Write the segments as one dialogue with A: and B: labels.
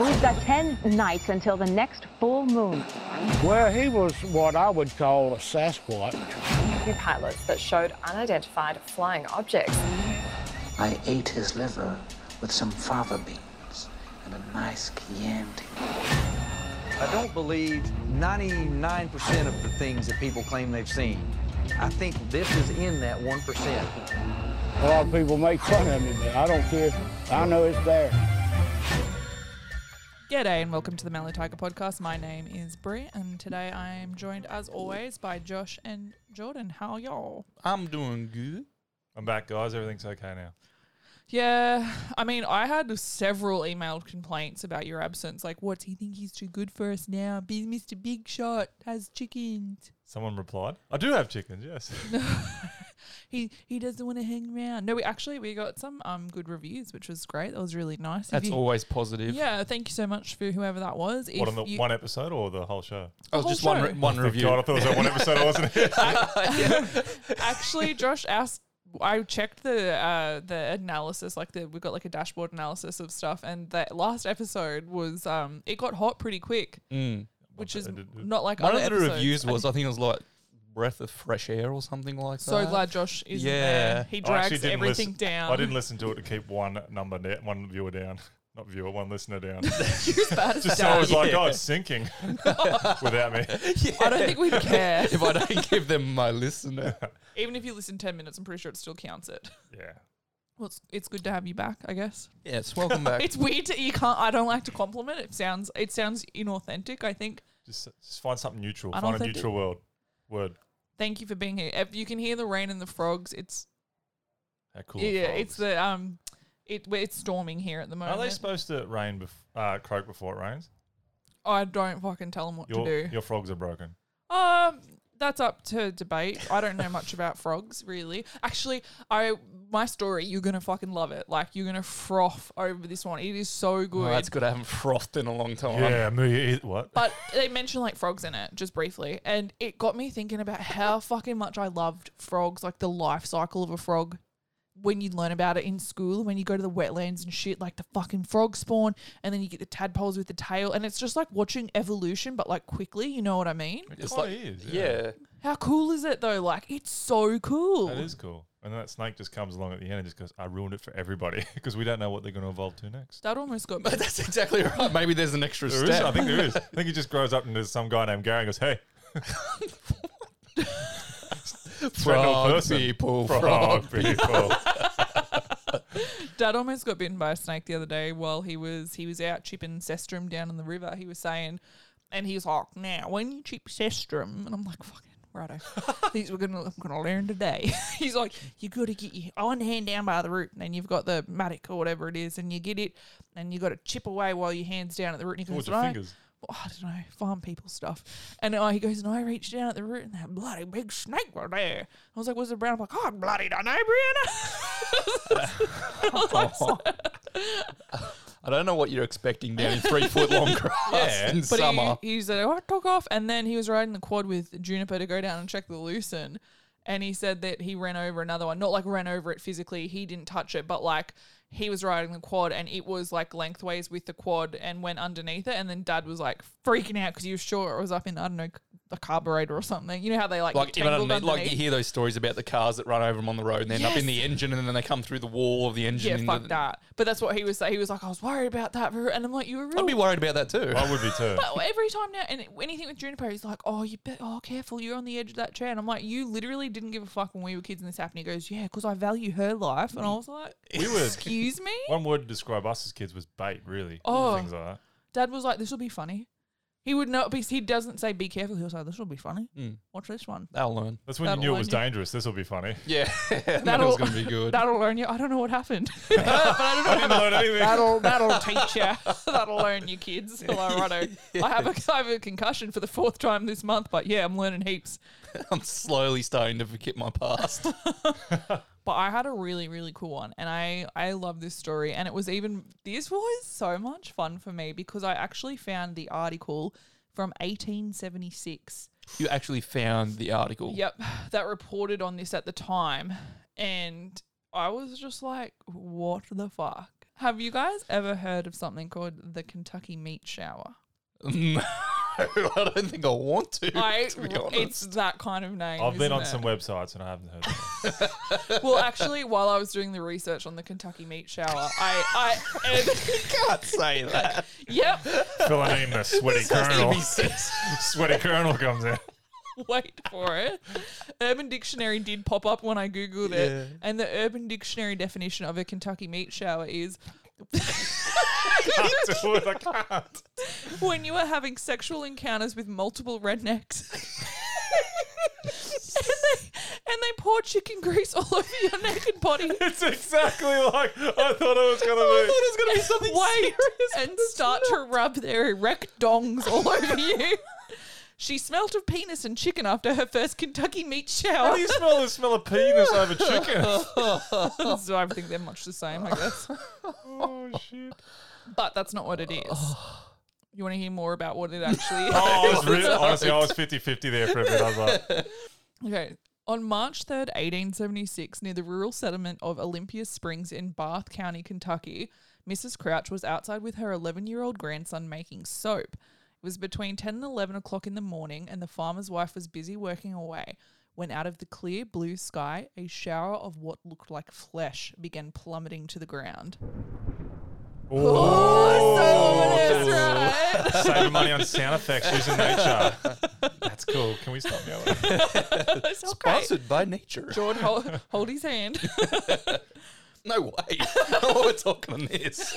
A: We've got 10 nights until the next full moon.
B: Well, he was what I would call a Sasquatch.
C: New pilots that showed unidentified flying objects.
D: I ate his liver with some fava beans and a nice Chianti.
E: I don't believe 99% of the things that people claim they've seen. I think this is in that 1%.
B: A lot of people make fun of me, but I don't care. I know it's there.
F: G'day and welcome to the Mellow Tiger podcast. My name is Brie, and today I am joined, as always, by Josh and Jordan. How are y'all?
G: I'm doing good.
H: I'm back, guys. Everything's okay now.
F: Yeah, I mean, I had several emailed complaints about your absence. Like, what's he think he's too good for us now? Be Mr. Big Shot has chickens.
H: Someone replied, I do have chickens, yes.
F: He he doesn't want to hang around. No, we actually we got some um good reviews, which was great. That was really nice. If
G: That's
F: you-
G: always positive.
F: Yeah, thank you so much for whoever that was.
H: what,
F: If
H: on the
F: you-
H: one episode or the whole show?
G: Oh,
F: whole
G: just one re-
F: show.
G: one
H: Thank
G: review.
H: God, I thought it was that one episode, wasn't it?
F: actually josh asked i checked the uh the analysis like the we got like a dashboard analysis of stuff and that last episode was um it got hot pretty quick which is not like
G: Mm. One
F: other
G: of the
F: episodes.
G: reviews
F: I'm
G: was I think it was like breath of fresh air or something like
F: so
G: that.
F: glad josh is yeah.
G: Yeah.
F: there he
H: I actually
F: drags
H: didn't
F: everything
H: listen-
F: down
H: I didn't listen to it to keep one number down, one viewer down. Not viewer, one listener down. Just so I was like, oh, it's sinking without me.
F: I don't think we'd care
G: if I don't give them my listener,
F: even if you listen 10 minutes i'm pretty sure it still counts it
H: Yeah.
F: well it's, it's good to have you back i guess
G: yes, welcome back.
F: it's weird to, you can't i don't like to compliment it sounds it sounds inauthentic i think
H: Just, just find something neutral.
F: I don't
H: Find a
F: think
H: neutral world. Word.
F: thank you for being here if you can hear the rain and the frogs it's
G: How cool
F: yeah,
G: it
F: yeah,
G: was.
F: it's the uh, um, it well, it's storming here at the moment.
H: Are they supposed to rain, bef- uh, croak before it rains?
F: I don't fucking tell them what
H: Your,
F: to do.
H: your frogs are broken.
F: Um, that's up to debate. I don't know much about frogs really. Actually, I my story you're gonna fucking love it. Like you're gonna froth over this one. It is so good.
G: Oh, that's good. I haven't frothed in a long time.
H: me. What?
F: But they mentioned like frogs in it just briefly, and it got me thinking about how fucking much I loved frogs, like the life cycle of a frog. When you learn about it in school, when you go to the wetlands and shit, like the fucking frog spawn, and then you get the tadpoles with the tail, and it's just like watching evolution, but like quickly, you know what I mean?
G: It's
H: Oh,
G: like
H: it is,
G: yeah.
H: yeah.
F: How cool is it though? Like it's so cool.
H: That is cool. And then that snake just comes along at the end and just goes, I ruined it for everybody because we don't know what they're going to evolve to next.
F: That almost got me.
G: That's exactly right. Maybe there's an extra
H: There is,
G: step.
H: I think there is. I think he just grows up and there's some guy named Gary and goes, hey. Threaten all
G: Frog
H: person.
G: people,
H: Frog people.
F: Dad almost got bitten by a snake the other day while he was he was out chipping cestrum down in the river. He was saying, and he was like, "Now, when you chip cestrum," and I'm like, "Fucking righto, these we're gonna I'm gonna learn today." He's like, "You gotta get your on hand down by the root, and then you've got the mattock or whatever it is, and you get it, and you got to chip away while your hands down at the root." And he
H: With
F: goes,
H: your
F: "Right."
H: fingers.
F: well, I don't know, farm people stuff. And uh, he goes, and I reached down at the root, and that bloody big snake was there. I was like, "What's it brown?" I'm like, "Oh, I bloody don't know, Brianna." I was like,
G: Oh,
F: "So-
G: I don't know what you're expecting down in three foot long grass in
F: but
G: summer.
F: He, he said, "Oh, I took off," and then he was riding the quad with Juniper to go down and check the lucerne. And he said that he ran over another one, not like ran over it physically. He didn't touch it, but like he was riding the quad and it was like lengthways with the quad and went underneath it. And then Dad was like freaking out because he was sure it was up in I don't know the carburetor or something. You know how they like,
G: Like,
F: like
G: even
F: tangled
G: underneath, like you
F: underneath?
G: hear those stories about the cars that run over them on the road and they end up
F: Yes.
G: in the engine and then they come through the wall of the engine.
F: yeah,
G: into
F: fuck
G: the-
F: that. But that's what he was saying. He was like, I was worried about that, Roo." and I'm like, you were real
G: I'd be worried about that too.
H: I would be too.
F: But every time now, and anything with Juniper, he's like, "Oh, you bet. Oh, careful, you're on the edge of that chair." And I'm like, "You literally didn't give a fuck when we were kids and this happened." He goes, "Yeah, because I value her life," and I was like,
H: We were-
F: "Excuse me."
H: One word to describe us as kids was bait, really.
F: Oh.
H: Things like that.
F: Dad was like, "This will be funny." He would not because he doesn't say "be careful." He was like, "This will be funny. Watch this one.
G: They'll learn.
H: That's when
F: That'll
H: you knew
F: learn
H: it was
F: you.
H: dangerous. This will be funny.
G: Yeah, that
F: That'll-
G: was going to be good.
F: That'll learn you." I don't know what happened, but I don't know.
H: I didn't learn anything.
F: That'll that'll teach you. that'll learn you kids. Hello, righto. I have a I have a concussion for the fourth time this month, but yeah, I'm learning heaps.
G: I'm slowly starting to forget my past.
F: But I had a really, really cool one, and I I love this story. And it was even this was so much fun for me because I actually found the article from 1876.
G: you actually found the article.
F: Yep, that reported on this at the time, and I was just like, "What the fuck." Have you guys ever heard of something called the Kentucky meat shower?
G: No, I don't think I want to.
F: I,
G: to be honest.
F: it's that kind of name.
H: I've been
F: isn't
H: on
F: it?
H: some websites and I haven't heard. That.
F: Well, actually, while I was doing the research on the Kentucky meat shower, I, I, and,
G: can't say that.
F: yep,
H: Filling in the sweaty colonel. sweaty colonel comes in.
F: wait for it. Urban Dictionary did pop up when I googled it, and the Urban Dictionary definition of a Kentucky meat shower is
H: Can't do it. I can't.
F: when you are having sexual encounters with multiple rednecks. and, they, and they pour chicken grease all over your naked body.
H: It's exactly like Oh, I thought it was gonna be.
F: was going to be something Wait, and start to rub their erect dongs all over you. She smelt of penis and chicken after her first Kentucky meat
H: How
F: shower.
H: do you smell the smell of penis over chicken?
F: so I think they're much the same, I guess.
H: oh shit!
F: But that's not what it is. You want to hear more about what it actually is?
H: Oh, I was really, honestly, I was 50-50 there for a bit. I was like,
F: Okay. On March 3rd, 1876, near the rural settlement of Olympia Springs in Bath County, Kentucky, Mrs. Crouch was outside with her 11 year old grandson making soap. It was between 10 and 11 o'clock in the morning, and the farmer's wife was busy working away when, out of the clear blue sky, a shower of what looked like flesh began plummeting to the ground.
H: oh,
F: That's right.
H: saving money on sound effects using nature. That's cool. Can we stop now?
F: That's so great.
G: Sponsored by nature.
F: Jordan, hold, hold his hand.
G: No way. oh, we're talking on this.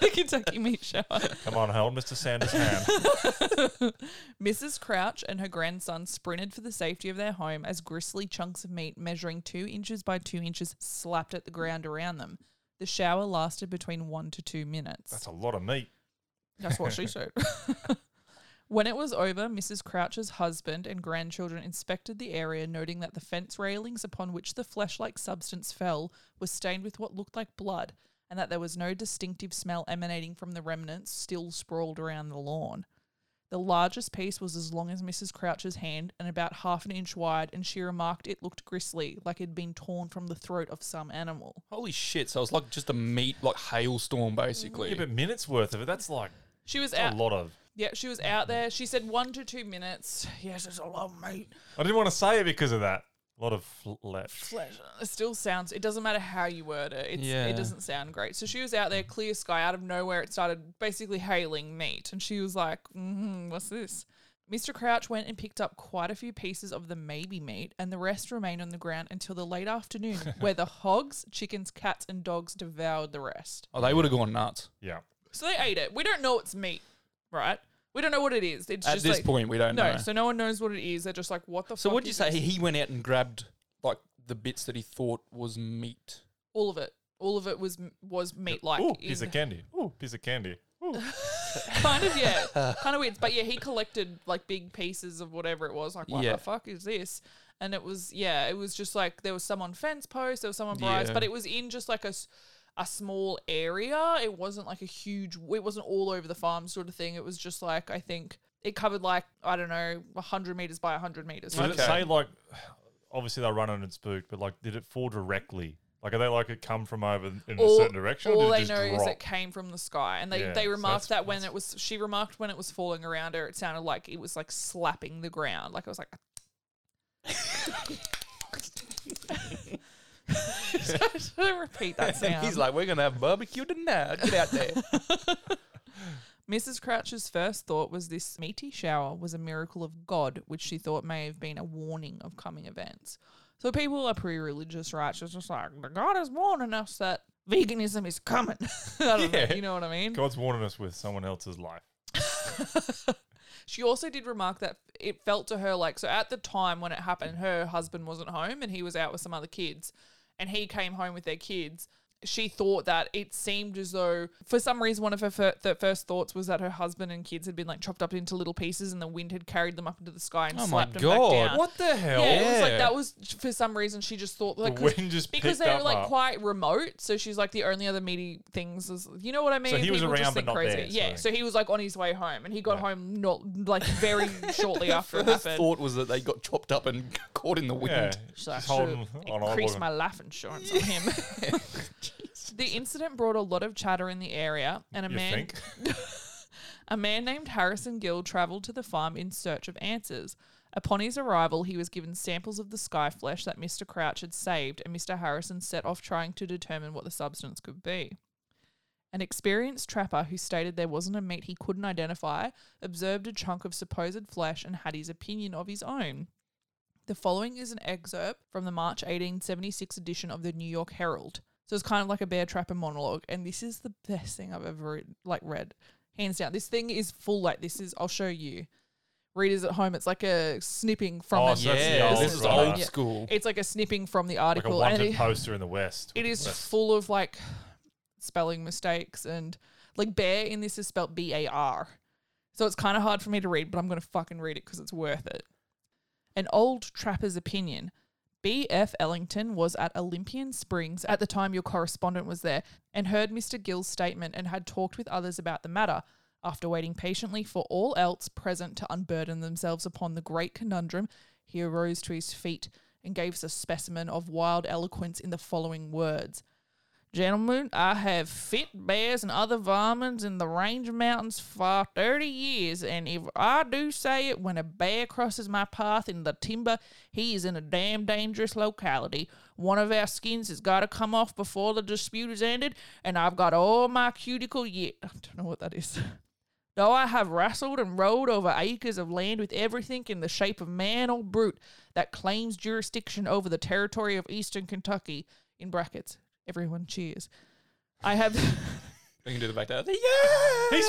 F: the Kentucky meat shower.
H: Come on, hold Mr. Sanders' hand.
F: Mrs. Crouch and her grandson sprinted for the safety of their home as gristly chunks of meat measuring two inches by two inches slapped at the ground around them. The shower lasted between one to two minutes.
H: That's a lot of meat.
F: That's what she said. when it was over, Mrs. Crouch's husband and grandchildren inspected the area, noting that the fence railings upon which the flesh like substance fell were stained with what looked like blood, and that there was no distinctive smell emanating from the remnants still sprawled around the lawn. The largest piece was as long as Mrs. Crouch's hand and about half an inch wide, and she remarked it looked gristly, like it had been torn from the throat of some animal.
G: Holy shit. So it was like just a meat, like hailstorm, basically.
H: Yeah, but minutes worth of it. That's like
F: She was
H: a
F: out.
H: lot of.
F: Yeah, she was out there. She said one to two minutes. Yes, it's a lot, mate.
H: I didn't want to say it because of that. A lot of flesh.
F: It still sounds. It doesn't matter how you word it. It's,
G: Yeah.
F: It doesn't sound great. So she was out there, clear sky, out of nowhere. It started basically hailing meat, and she was like, mm "What's this?" Mr. Crouch went and picked up quite a few pieces of the maybe meat, and the rest remained on the ground until the late afternoon, where the hogs, chickens, cats, and dogs devoured the rest.
G: oh, they would have gone nuts.
H: Yeah.
F: So they ate it. We don't know it's meat, right? We don't know what it is. It's
G: At
F: just
G: this
F: like-
G: point, we don't
F: no,
G: know.
F: so no one knows what it is. They're just like, what the
G: So
F: fuck?
G: what would you
F: is
G: say?
F: this?
G: He went out and grabbed like the bits that he thought was meat.
F: All of it. All of it was was meat like.
H: Ooh, piece of candy. Ooh, piece of candy.
F: kind of yeah, kind of weird. But yeah, he collected like big pieces of whatever it was. Like, what
G: Yeah.
F: the fuck is this? And it was yeah, it was just like there was some on fence posts, there was some on briars,
G: Yeah.
F: but it was in just like a s- a small area. It wasn't like a huge. It wasn't all over the farm sort of thing. It was just like I think it covered like I don't know, hundred meters by hundred meters.
H: So did it
G: Okay.
H: say like, obviously they're running and spooked, but like, did it fall directly? Like, are they like it come from over in a certain direction?
F: all
H: or
F: they
H: did it
F: know
H: just
F: is
H: drop?
F: it came from the sky, and they,
H: Yeah,
F: they
H: so
F: remarked
H: that's-
F: that when
H: that's-
F: it was she remarked when it was falling around her, it sounded like it was like slapping the ground. Like it was like. Should I repeat that sound?
G: He's like, we're gonna have barbecue tonight. Get out there.
F: Mrs. Crouch's first thought was this meaty shower was a miracle of God, which she thought may have been a warning of coming events. So people are pretty religious, right? She's just like, "The God is warning us that veganism is coming. I don't
G: Yeah.
F: know, you know what I mean?
H: God's warning us with someone else's life.
F: She also did remark that it felt to her like so at the time when it happened, her husband wasn't home and he was out with some other kids, and he came home with their kids. She thought that it seemed as though, for some reason, one of her fir- th- first thoughts was that her husband and kids had been like chopped up into little pieces, and the wind had carried them up into the sky and
G: Oh my
F: slapped them back
G: god!
F: down.
G: What the hell?
F: Yeah, it was like that was for some reason she just thought like
H: The
F: 'cause-
H: wind just
F: because
H: picked
F: they were
H: up
F: like
H: up.
F: quite remote, so she's like the only other meaty things is you know what I mean.
H: he was around, but not there,
F: yeah,
H: so-
F: so he was like on his way home, and he got home not like very shortly after it
G: First
F: happened.
G: thought was that they got chopped up and caught in the wind.
H: Yeah,
F: She's like,
H: just
F: I
H: holding
F: should
H: on. I
F: increase
H: wasn't-
F: my life insurance on him. The incident brought a lot of chatter in the area, and a
H: You
F: man
H: think?
F: a man named Harrison Gill traveled to the farm in search of answers. Upon his arrival, he was given samples of the sky flesh that Mr. Crouch had saved, and Mr. Harrison set off trying to determine what the substance could be. An experienced trapper who stated there wasn't a meat he couldn't identify observed a chunk of supposed flesh and had his opinion of his own. The following is an excerpt from the March 1876 edition of the New York Herald. So it's kind of like a bear trapper monologue, and this is the best thing I've ever like read, hands down. This thing is full like this is. I'll show you, readers at home. It's like a snipping from
H: Oh,
F: it.
H: so that's the
G: Yeah,
H: old
G: this is
H: one.
G: old
F: Yeah.
G: school.
F: It's like a snipping from the
H: like a
F: article, and
H: wanted
F: it,
H: poster in the West.
F: it is
H: West.
F: full of like spelling mistakes and like bear in this is spelled B A R. So it's kind of hard for me to read, but I'm going to fucking read it because it's worth it. An old trapper's opinion. B.F. Ellington was at Olympian Springs at the time your correspondent was there and heard Mr. Gill's statement and had talked with others about the matter. After waiting patiently for all else present to unburden themselves upon the great conundrum, he arose to his feet and gave us a specimen of wild eloquence in the following words. Gentlemen, I have fit bears and other varmints in the Range Mountains for 30 years, and if I do say it, when a bear crosses my path in the timber, he is in a damn dangerous locality. One of our skins has got to come off before the dispute is ended, and I've got all my cuticle yet. I don't know what that is. Though I have wrestled and rode over acres of land with everything in the shape of man or brute that claims jurisdiction over the territory of eastern Kentucky, in brackets, everyone cheers. I have.
G: We can do the back there.
H: He's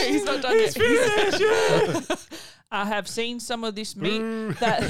F: He's not done
H: He's
F: yet.
H: finished. Yeah.
F: I have seen some of this meat that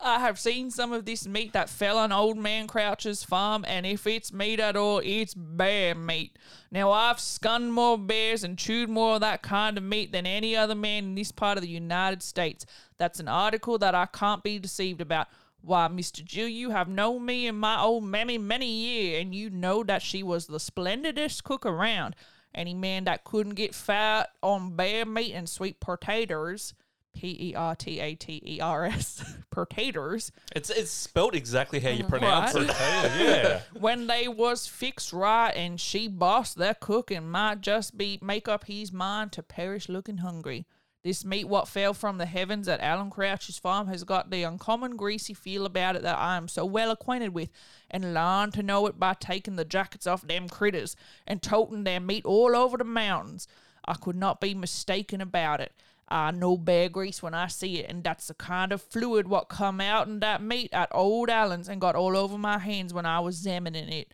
F: I have seen some of this meat that fell on old man Crouch's farm, and if it's meat at all, it's bear meat. Now I've skunned more bears and chewed more of that kind of meat than any other man in this part of the United States. That's an article that I can't be deceived about. Why, Mr. Jill, you have known me and my old mammy many year, and you know that she was the splendidest cook around. Any man that couldn't get fat on bear meat and sweet potatoes, P E R T A T E R S, potatoes,
G: It's it's spelled exactly how
F: Mm-hmm.
G: you pronounce
F: Right.
G: it.
H: yeah.
F: when they was fixed right and she bossed their cook and might just be make up his mind to perish looking hungry. This meat what fell from the heavens at Alan Crouch's farm has got the uncommon greasy feel about it that I am so well acquainted with, and learned to know it by taking the jackets off them critters and toting their meat all over the mountains. I could not be mistaken about it. I know bear grease when I see it, and that's the kind of fluid what come out in that meat at old Allen's and got all over my hands when I was examining it.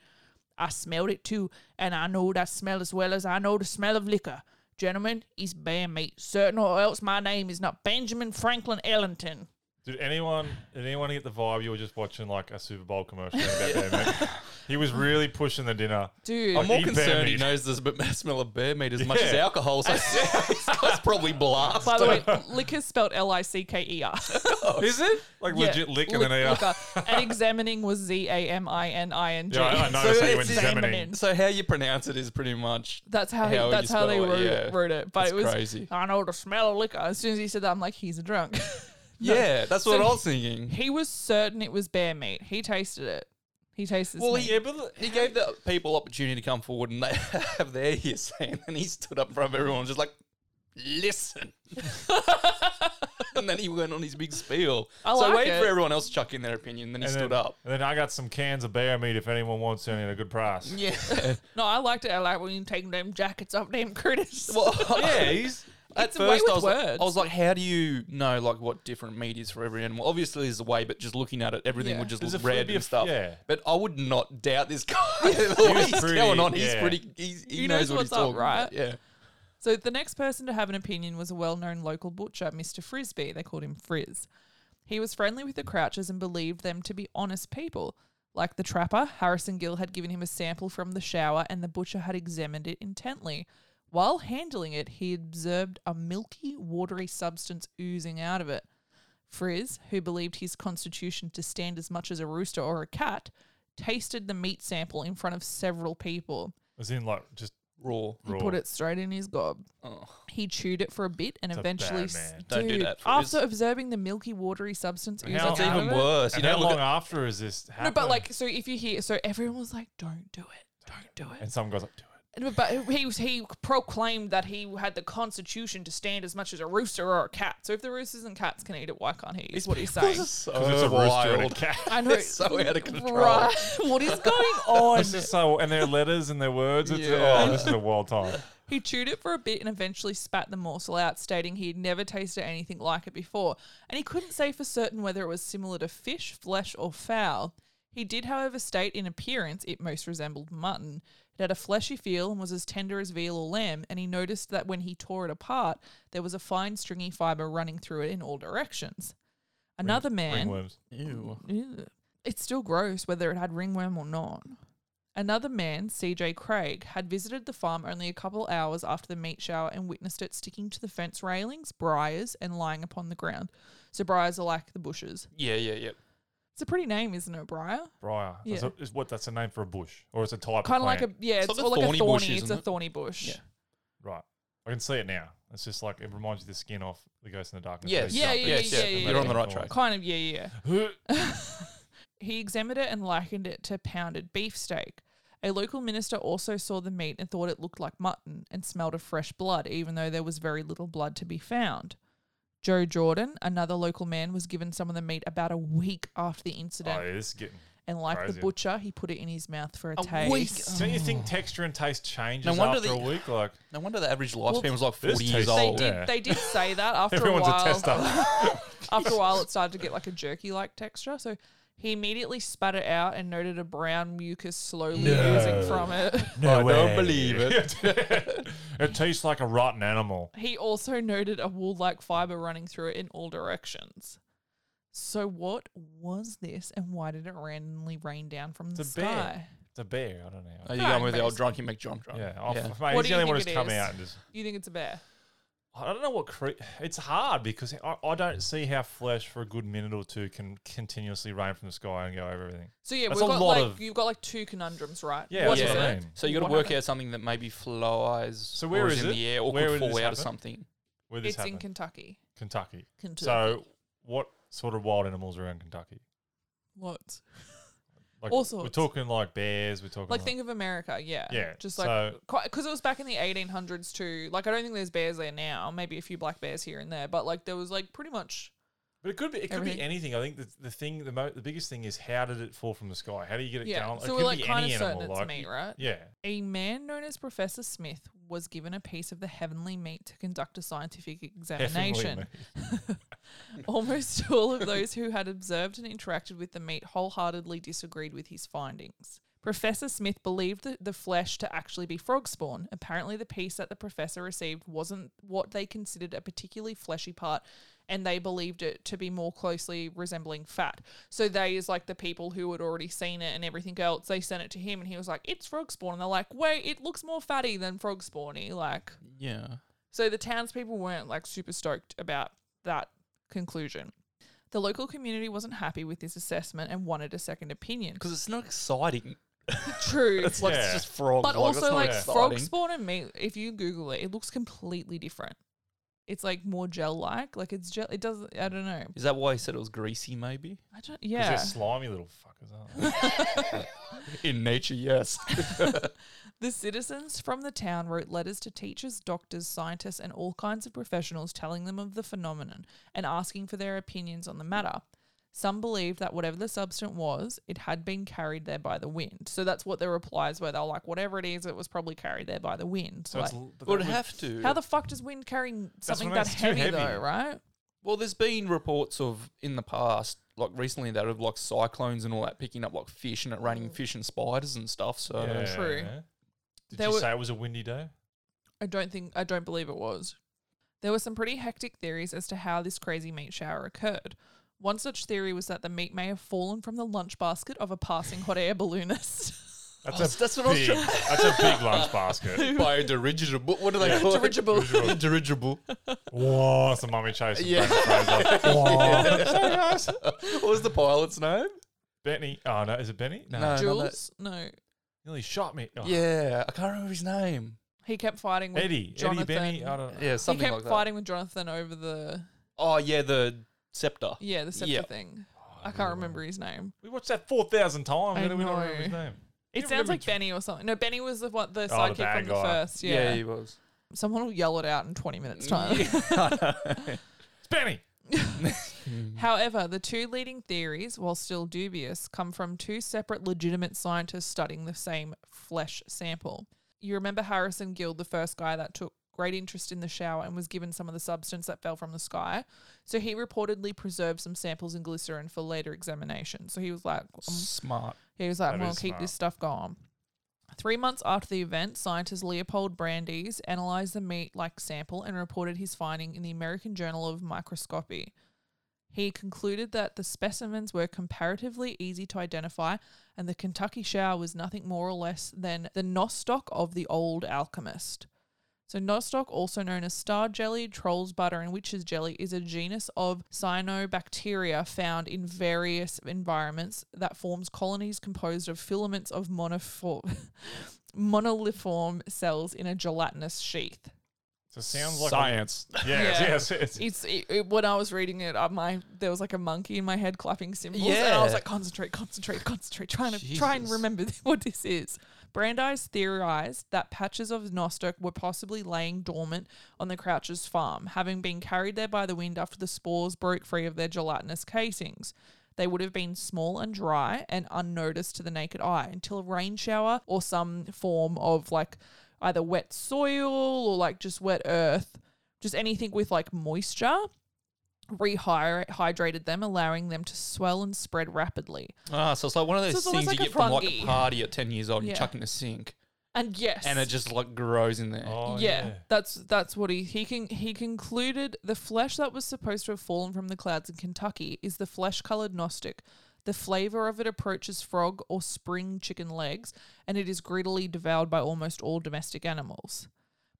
F: I smelled it too, and I know that smell as well as I know the smell of liquor. Gentlemen, it's bear meat, certain or else my name is not Benjamin Franklin Ellington.
H: Did anyone did anyone get the vibe you were just watching like a Super Bowl commercial? about bear meat? he was really pushing the dinner.
F: Dude.
G: I'm more
H: Eat bear
G: concerned he
H: meat.
G: knows there's a bit smell of bear meat as much as
H: Yeah.
G: alcohol. So this guy's probably blast.
F: By the way, liquor's spelled L I C K E R.
G: is it?
H: Like legit lick and then they are.
F: And examining was Z A M I N I N G.
H: Yeah, I, I noticed
G: So
H: how you went
G: it's
H: examining.
G: So how you pronounce it is pretty much.
F: That's how,
G: How
F: he,
G: you
F: that's how they
G: spell it,
F: wrote,
G: yeah.
F: wrote it. But
G: That's
F: it was
G: crazy.
F: I know the smell of liquor. As soon as he said that, I'm like, he's a drunk.
G: Yeah, that's what
F: So
G: I was thinking.
F: he was certain it was bear meat. He tasted it. He tasted.
G: Well,
F: meat.
G: yeah, but he gave the people opportunity to come forward and they have their yes, and then he stood up in front of everyone and was just like, listen. and then he went on his big spiel.
F: I
G: so
F: like
G: wait
F: it.
G: for everyone else to chuck in their opinion, then he
H: And
G: stood
H: then,
G: up.
H: and then I got some cans of bear meat if anyone wants any at a good price.
G: Yeah.
F: No, I liked it. I like when you take them jackets off them critters.
G: well, yeah, he's. At
F: It's a way
G: first, I was,
F: with
G: like,
F: words.
G: I was like, "How do you know like what different meat is for every animal?" Obviously, there's a way, but just looking at it, everything
F: Yeah.
G: would just
H: There's
G: look
H: a- it'd
G: red
H: be
G: and
H: a-
G: stuff.
H: yeah.
G: But I would not doubt this guy. What he's
H: pretty-
G: going on. He's
H: yeah.
G: pretty. He's, he,
F: He knows
G: knows, what
F: what's
G: he's
F: up,
G: talking
F: right?
G: about. Yeah.
F: so the next person to have an opinion was a well-known local butcher, Mr. Frisbee. They called him Frizz. He was friendly with the Crouchers and believed them to be honest people. Like the trapper, Harrison Gill had given him a sample from the shower, and the butcher had examined it intently. While handling it, he observed a milky, watery substance oozing out of it. Frizz, who believed his constitution to stand as much as a rooster or a cat, tasted the meat sample in front of several people.
H: As in like just
G: raw.
F: He put it straight in his gob.
G: Oh.
F: He chewed it for a bit and
H: It's a
F: eventually.
H: bad
F: s-
H: man.
G: Don't do
F: Dude,
G: that for
F: After
G: his-
F: observing the milky, watery substance oozing
H: How-
G: That's
F: out of
G: even
F: it-
G: worse. You
H: And
G: know,
H: how
G: look
H: long
G: at,
H: after is this
F: No,
H: happening?
F: but like, so if you hear, so everyone was like, "Don't do it, don't do it."
H: and some guys like, do it.
F: And- But he was- he proclaimed that he had the constitution to stand as much as a rooster or a cat. So if the roosters and cats can eat it, why can't he? Is what he's saying.
G: so
H: it's a rooster and a
G: wild.
H: cat.
F: I know.
G: It's so out of control.
F: Right. What is going on?
H: This is so, and their letters and their words. It's,
G: Oh, Yeah.
H: Oh, this is a wild time.
F: He chewed it for a bit and eventually spat the morsel out, stating he had never tasted anything like it before, and he couldn't say for certain whether it was similar to fish, flesh, or fowl. He did, however, state in appearance it most resembled mutton. It had a fleshy feel and was as tender as veal or lamb, and he noticed that when he tore it apart, there was a fine stringy fibre running through it in all directions. Another man.
H: Ringworms.
F: Ew. It's still gross whether it had ringworm or not. Another man, CJ Craig, had visited the farm only a couple hours after the meat shower and witnessed it sticking to the fence railings, briars, and lying upon the ground. So briars are like the bushes.
G: Yeah, yeah, yeah.
F: It's a pretty name, isn't it, briar?
H: Briar. Is,
F: Yeah.
H: it- is what? That's a name for a bush, or it's a type.
F: Kind of
H: of
F: like a
H: plant.
F: yeah, it's,
G: It's like a
F: or like a
G: thorny bush,
F: thorny. It's
G: isn't
F: a
G: it?
F: thorny bush.
G: Yeah.
H: right. I can see it now. It's just like it reminds you of the skin off the Ghost in the Darkness.
G: Yes,
F: Yeah, yeah,
G: yes,
F: yeah,
G: yes.
F: yeah, yeah.
G: You're on the right track.
F: Kind of yeah, yeah.
H: yeah.
F: He examined it and likened it to pounded beefsteak. A local minister also saw the meat and thought it looked like mutton and smelled of fresh blood, even though there was very little blood to be found. Joe Jordan, another local man, was given some of the meat about a week after the incident,
H: Oh, yeah, this is getting.
F: and like the
H: crazy.
F: butcher, he put it in his mouth for a,
G: A
F: taste.
G: week. Oh.
H: Don't you think texture and taste changes
G: No wonder
H: after
G: the-
H: a week? Like
G: No wonder the average lifespan was like
H: This
G: 40 years
H: tastes-
F: They
G: old.
F: did.
H: Yeah.
F: They did say that after
H: everyone's
F: a
H: a
F: while.
H: tester.
F: After a while, it started to get like a jerky like texture. So he immediately spat it out and noted a brown mucus slowly oozing from it.
G: I don't believe it.
H: it tastes like a rotten animal.
F: He also noted a wool like fiber running through it in all directions. So, what was this and why did it randomly rain down from the
H: It's a bear.
F: sky?
H: It's a bear. I don't know.
G: Are you going with the old drunky McJohn drunk?
H: yeah, oh, f- mate,
F: What do
H: he's
F: you
H: the only one
F: think
H: who's
F: it
H: come
F: is?
H: out and just.
F: You think it's a bear?
H: I don't know what cre- it's hard because I, I don't see how flesh for a good minute or two can continuously rain from the sky and go over everything.
F: So, yeah, we've
H: That's a
F: got
H: lot
F: like,
H: of-
F: you've got like two conundrums, right?
H: Yeah,
F: What
H: that's
F: is
H: what I
F: it?
H: mean.
G: So you got
F: What
G: to work
F: happened?
G: out something that maybe flies.
H: So
G: or
H: where is
G: in
H: it?
G: the air or
H: Where
G: could
H: did
G: fall
H: this
G: out of
H: happen?
G: something?
H: Where this
F: It's
H: happen?
F: in Kentucky.
H: Kentucky.
F: Kentucky.
H: So what sort of wild animals are around Kentucky?
F: what?
H: Like
F: All
H: we're
F: sorts.
H: talking like bears. We're talking
F: Like,
H: like,
F: think of America, yeah.
H: Yeah,
F: Just like,
H: so-
F: because it was back in the 1800s too. Like, I don't think there's bears there now. Maybe a few black bears here and there, but like, there was like pretty much.
H: But it could be it could
F: Everything.
H: be anything. I think the, the thing the mo- the biggest thing is how did it fall from the sky? How do you get it
F: Yeah.
H: down?
F: so,
H: it
F: we're
H: could
F: like
H: be
F: kind of
H: any
F: certain
H: animal.
F: it's
H: like
F: meat, right?
H: yeah,
F: A man known as Professor Smith was given a piece of the heavenly meat to conduct a scientific examination.
H: definitely
F: Almost all of those who had observed and interacted with the meat wholeheartedly disagreed with his findings. Professor Smith believed that the flesh to actually be frog spawn. Apparently, the piece that the professor received wasn't what they considered a particularly fleshy part, and they believed it to be more closely resembling fat. So they is like the people who had already seen it and everything else. They sent it to him, and he was like, "It's frog spawn." And they're like, "Wait, it looks more fatty than frog spawny." Like,
G: Yeah.
F: so the townspeople weren't like super stoked about that conclusion. The local community wasn't happy with this assessment and wanted a second opinion.
G: Because it's not exciting.
F: True.
G: It's like it's
H: Yeah.
G: just frogs.
F: but
G: like, that's
F: also
G: not
F: like
G: exciting.
F: frog spawn and meat, if you Google it, it looks completely different. It's like more gel like. Like it's gel it doesn't I don't know.
G: Is that why he said it was greasy? Maybe
F: I don't
H: because they're
F: yeah.
H: slimy little fuckers, aren't they?
G: in nature, yes.
F: The citizens from the town wrote letters to teachers, doctors, scientists, and all kinds of professionals telling them of the phenomenon and asking for their opinions on the matter. Some believed that whatever the substance was, it had been carried there by the wind. So that's what their replies were. They were like, whatever it is, it was probably carried there by the wind.
H: so
F: like,
H: it's, l- but
G: Would
H: that
G: have to.
F: how the fuck does wind carry something
H: what I
F: that
H: mean, it's too
F: heavy,
H: heavy.
F: though, right?
G: well, there's been reports of in the past, like recently, that of like cyclones and all that picking up like fish and it
F: Oh.
G: raining fish and spiders and stuff. So
H: yeah.
F: True.
H: Did
F: There
H: you
F: were-
H: say it was a windy day?
F: I don't think I don't believe it was. There were some pretty hectic theories as to how this crazy meat shower occurred. One such theory was that the meat may have fallen from the lunch basket of a passing hot air balloonist.
H: That's
G: Oh,
H: a
G: that's what I was
H: big,
G: trying-
H: That's a big lunch basket.
G: by dirigible. What do they call
F: Dirigible.
G: it? dirigible.
H: Whoa, it's a mummy chase.
G: Yeah.
H: Yeah. Whoa. Sorry, guys.
G: What was the pilot's name?
H: Benny. Oh, no. Is it Benny? No.
G: No.
F: Jules? No.
H: Nearly shot me. Oh,
G: Yeah, I can't remember his name.
F: He kept fighting with
H: Eddie,
F: Jonathan.
H: Eddie Benny. I don't know.
G: Yeah,
F: he
G: something
F: kept
G: like that.
F: fighting with Jonathan over the
G: Oh yeah, the scepter.
F: yeah the scepter
G: Yeah.
F: thing.
H: Oh,
F: I can't remember his name.
H: We watched that four thousand times.
F: I
H: and we don't remember
F: know.
H: his name.
F: It
H: You
F: sounds
H: remember
F: like Benny or something. No, Benny was the what the
H: Oh,
F: sidekick
H: the bad
F: from the
H: guy.
F: first. Yeah.
G: was.
F: someone will yell it out in twenty minutes
H: Mm,
F: time.
H: It's Benny.
F: However, the two leading theories, while still dubious, come from two separate legitimate scientists studying the same flesh sample. You remember Harrison Gill, the first guy that took great interest in the shower and was given some of the substance that fell from the sky. So he reportedly preserved some samples in glycerin for later examination. So he was like, um, "I'm
G: Smart.
F: he was like,
H: That
F: well,
H: is
F: keep this
H: smart.
F: stuff going. Three months after the event, scientist Leopold Brandes analyzed the meat like sample and reported his finding in the American Journal of Microscopy. He concluded that the specimens were comparatively easy to identify, and the Kentucky shower was nothing more or less than the nostoc of the old alchemist. So, nostoc, also known as star jelly, troll's butter, and witch's jelly, is a genus of cyanobacteria found in various environments that forms colonies composed of filaments of monofor- monoliform cells in a gelatinous sheath.
H: So it sounds like
G: Science.
H: A, yeah, it's-
F: Yeah.
H: yes, it's,
F: It's it, it- when I was reading it, uh, my there was like a monkey in my head clapping cymbals, and I
G: Yeah.
F: was like, concentrate, concentrate, concentrate, trying to try and
G: Jesus.
F: remember what this is. Brandeis theorized that patches of nostoc were possibly laying dormant on the Crouchers farm, having been carried there by the wind after the spores broke free of their gelatinous casings. They would have been small and dry and unnoticed to the naked eye until a rain shower or some form of like either wet soil or like just wet earth, just anything with like moisture rehydrated them, allowing them to swell and spread rapidly.
G: Ah, so it's like one of
F: So
G: those
F: it's almost
G: things you
F: like a
G: get from like
F: fungi.
G: a party at ten years old. and
F: Yeah.
G: You chuck in a sink,
F: And yes,
G: and it just like grows in there.
H: oh,
F: yeah, that's that's what he he can he concluded the flesh that was supposed to have fallen from the clouds in Kentucky is the flesh colored gnostic. The flavor of it approaches frog or spring chicken legs, and it is greedily devoured by almost all domestic animals.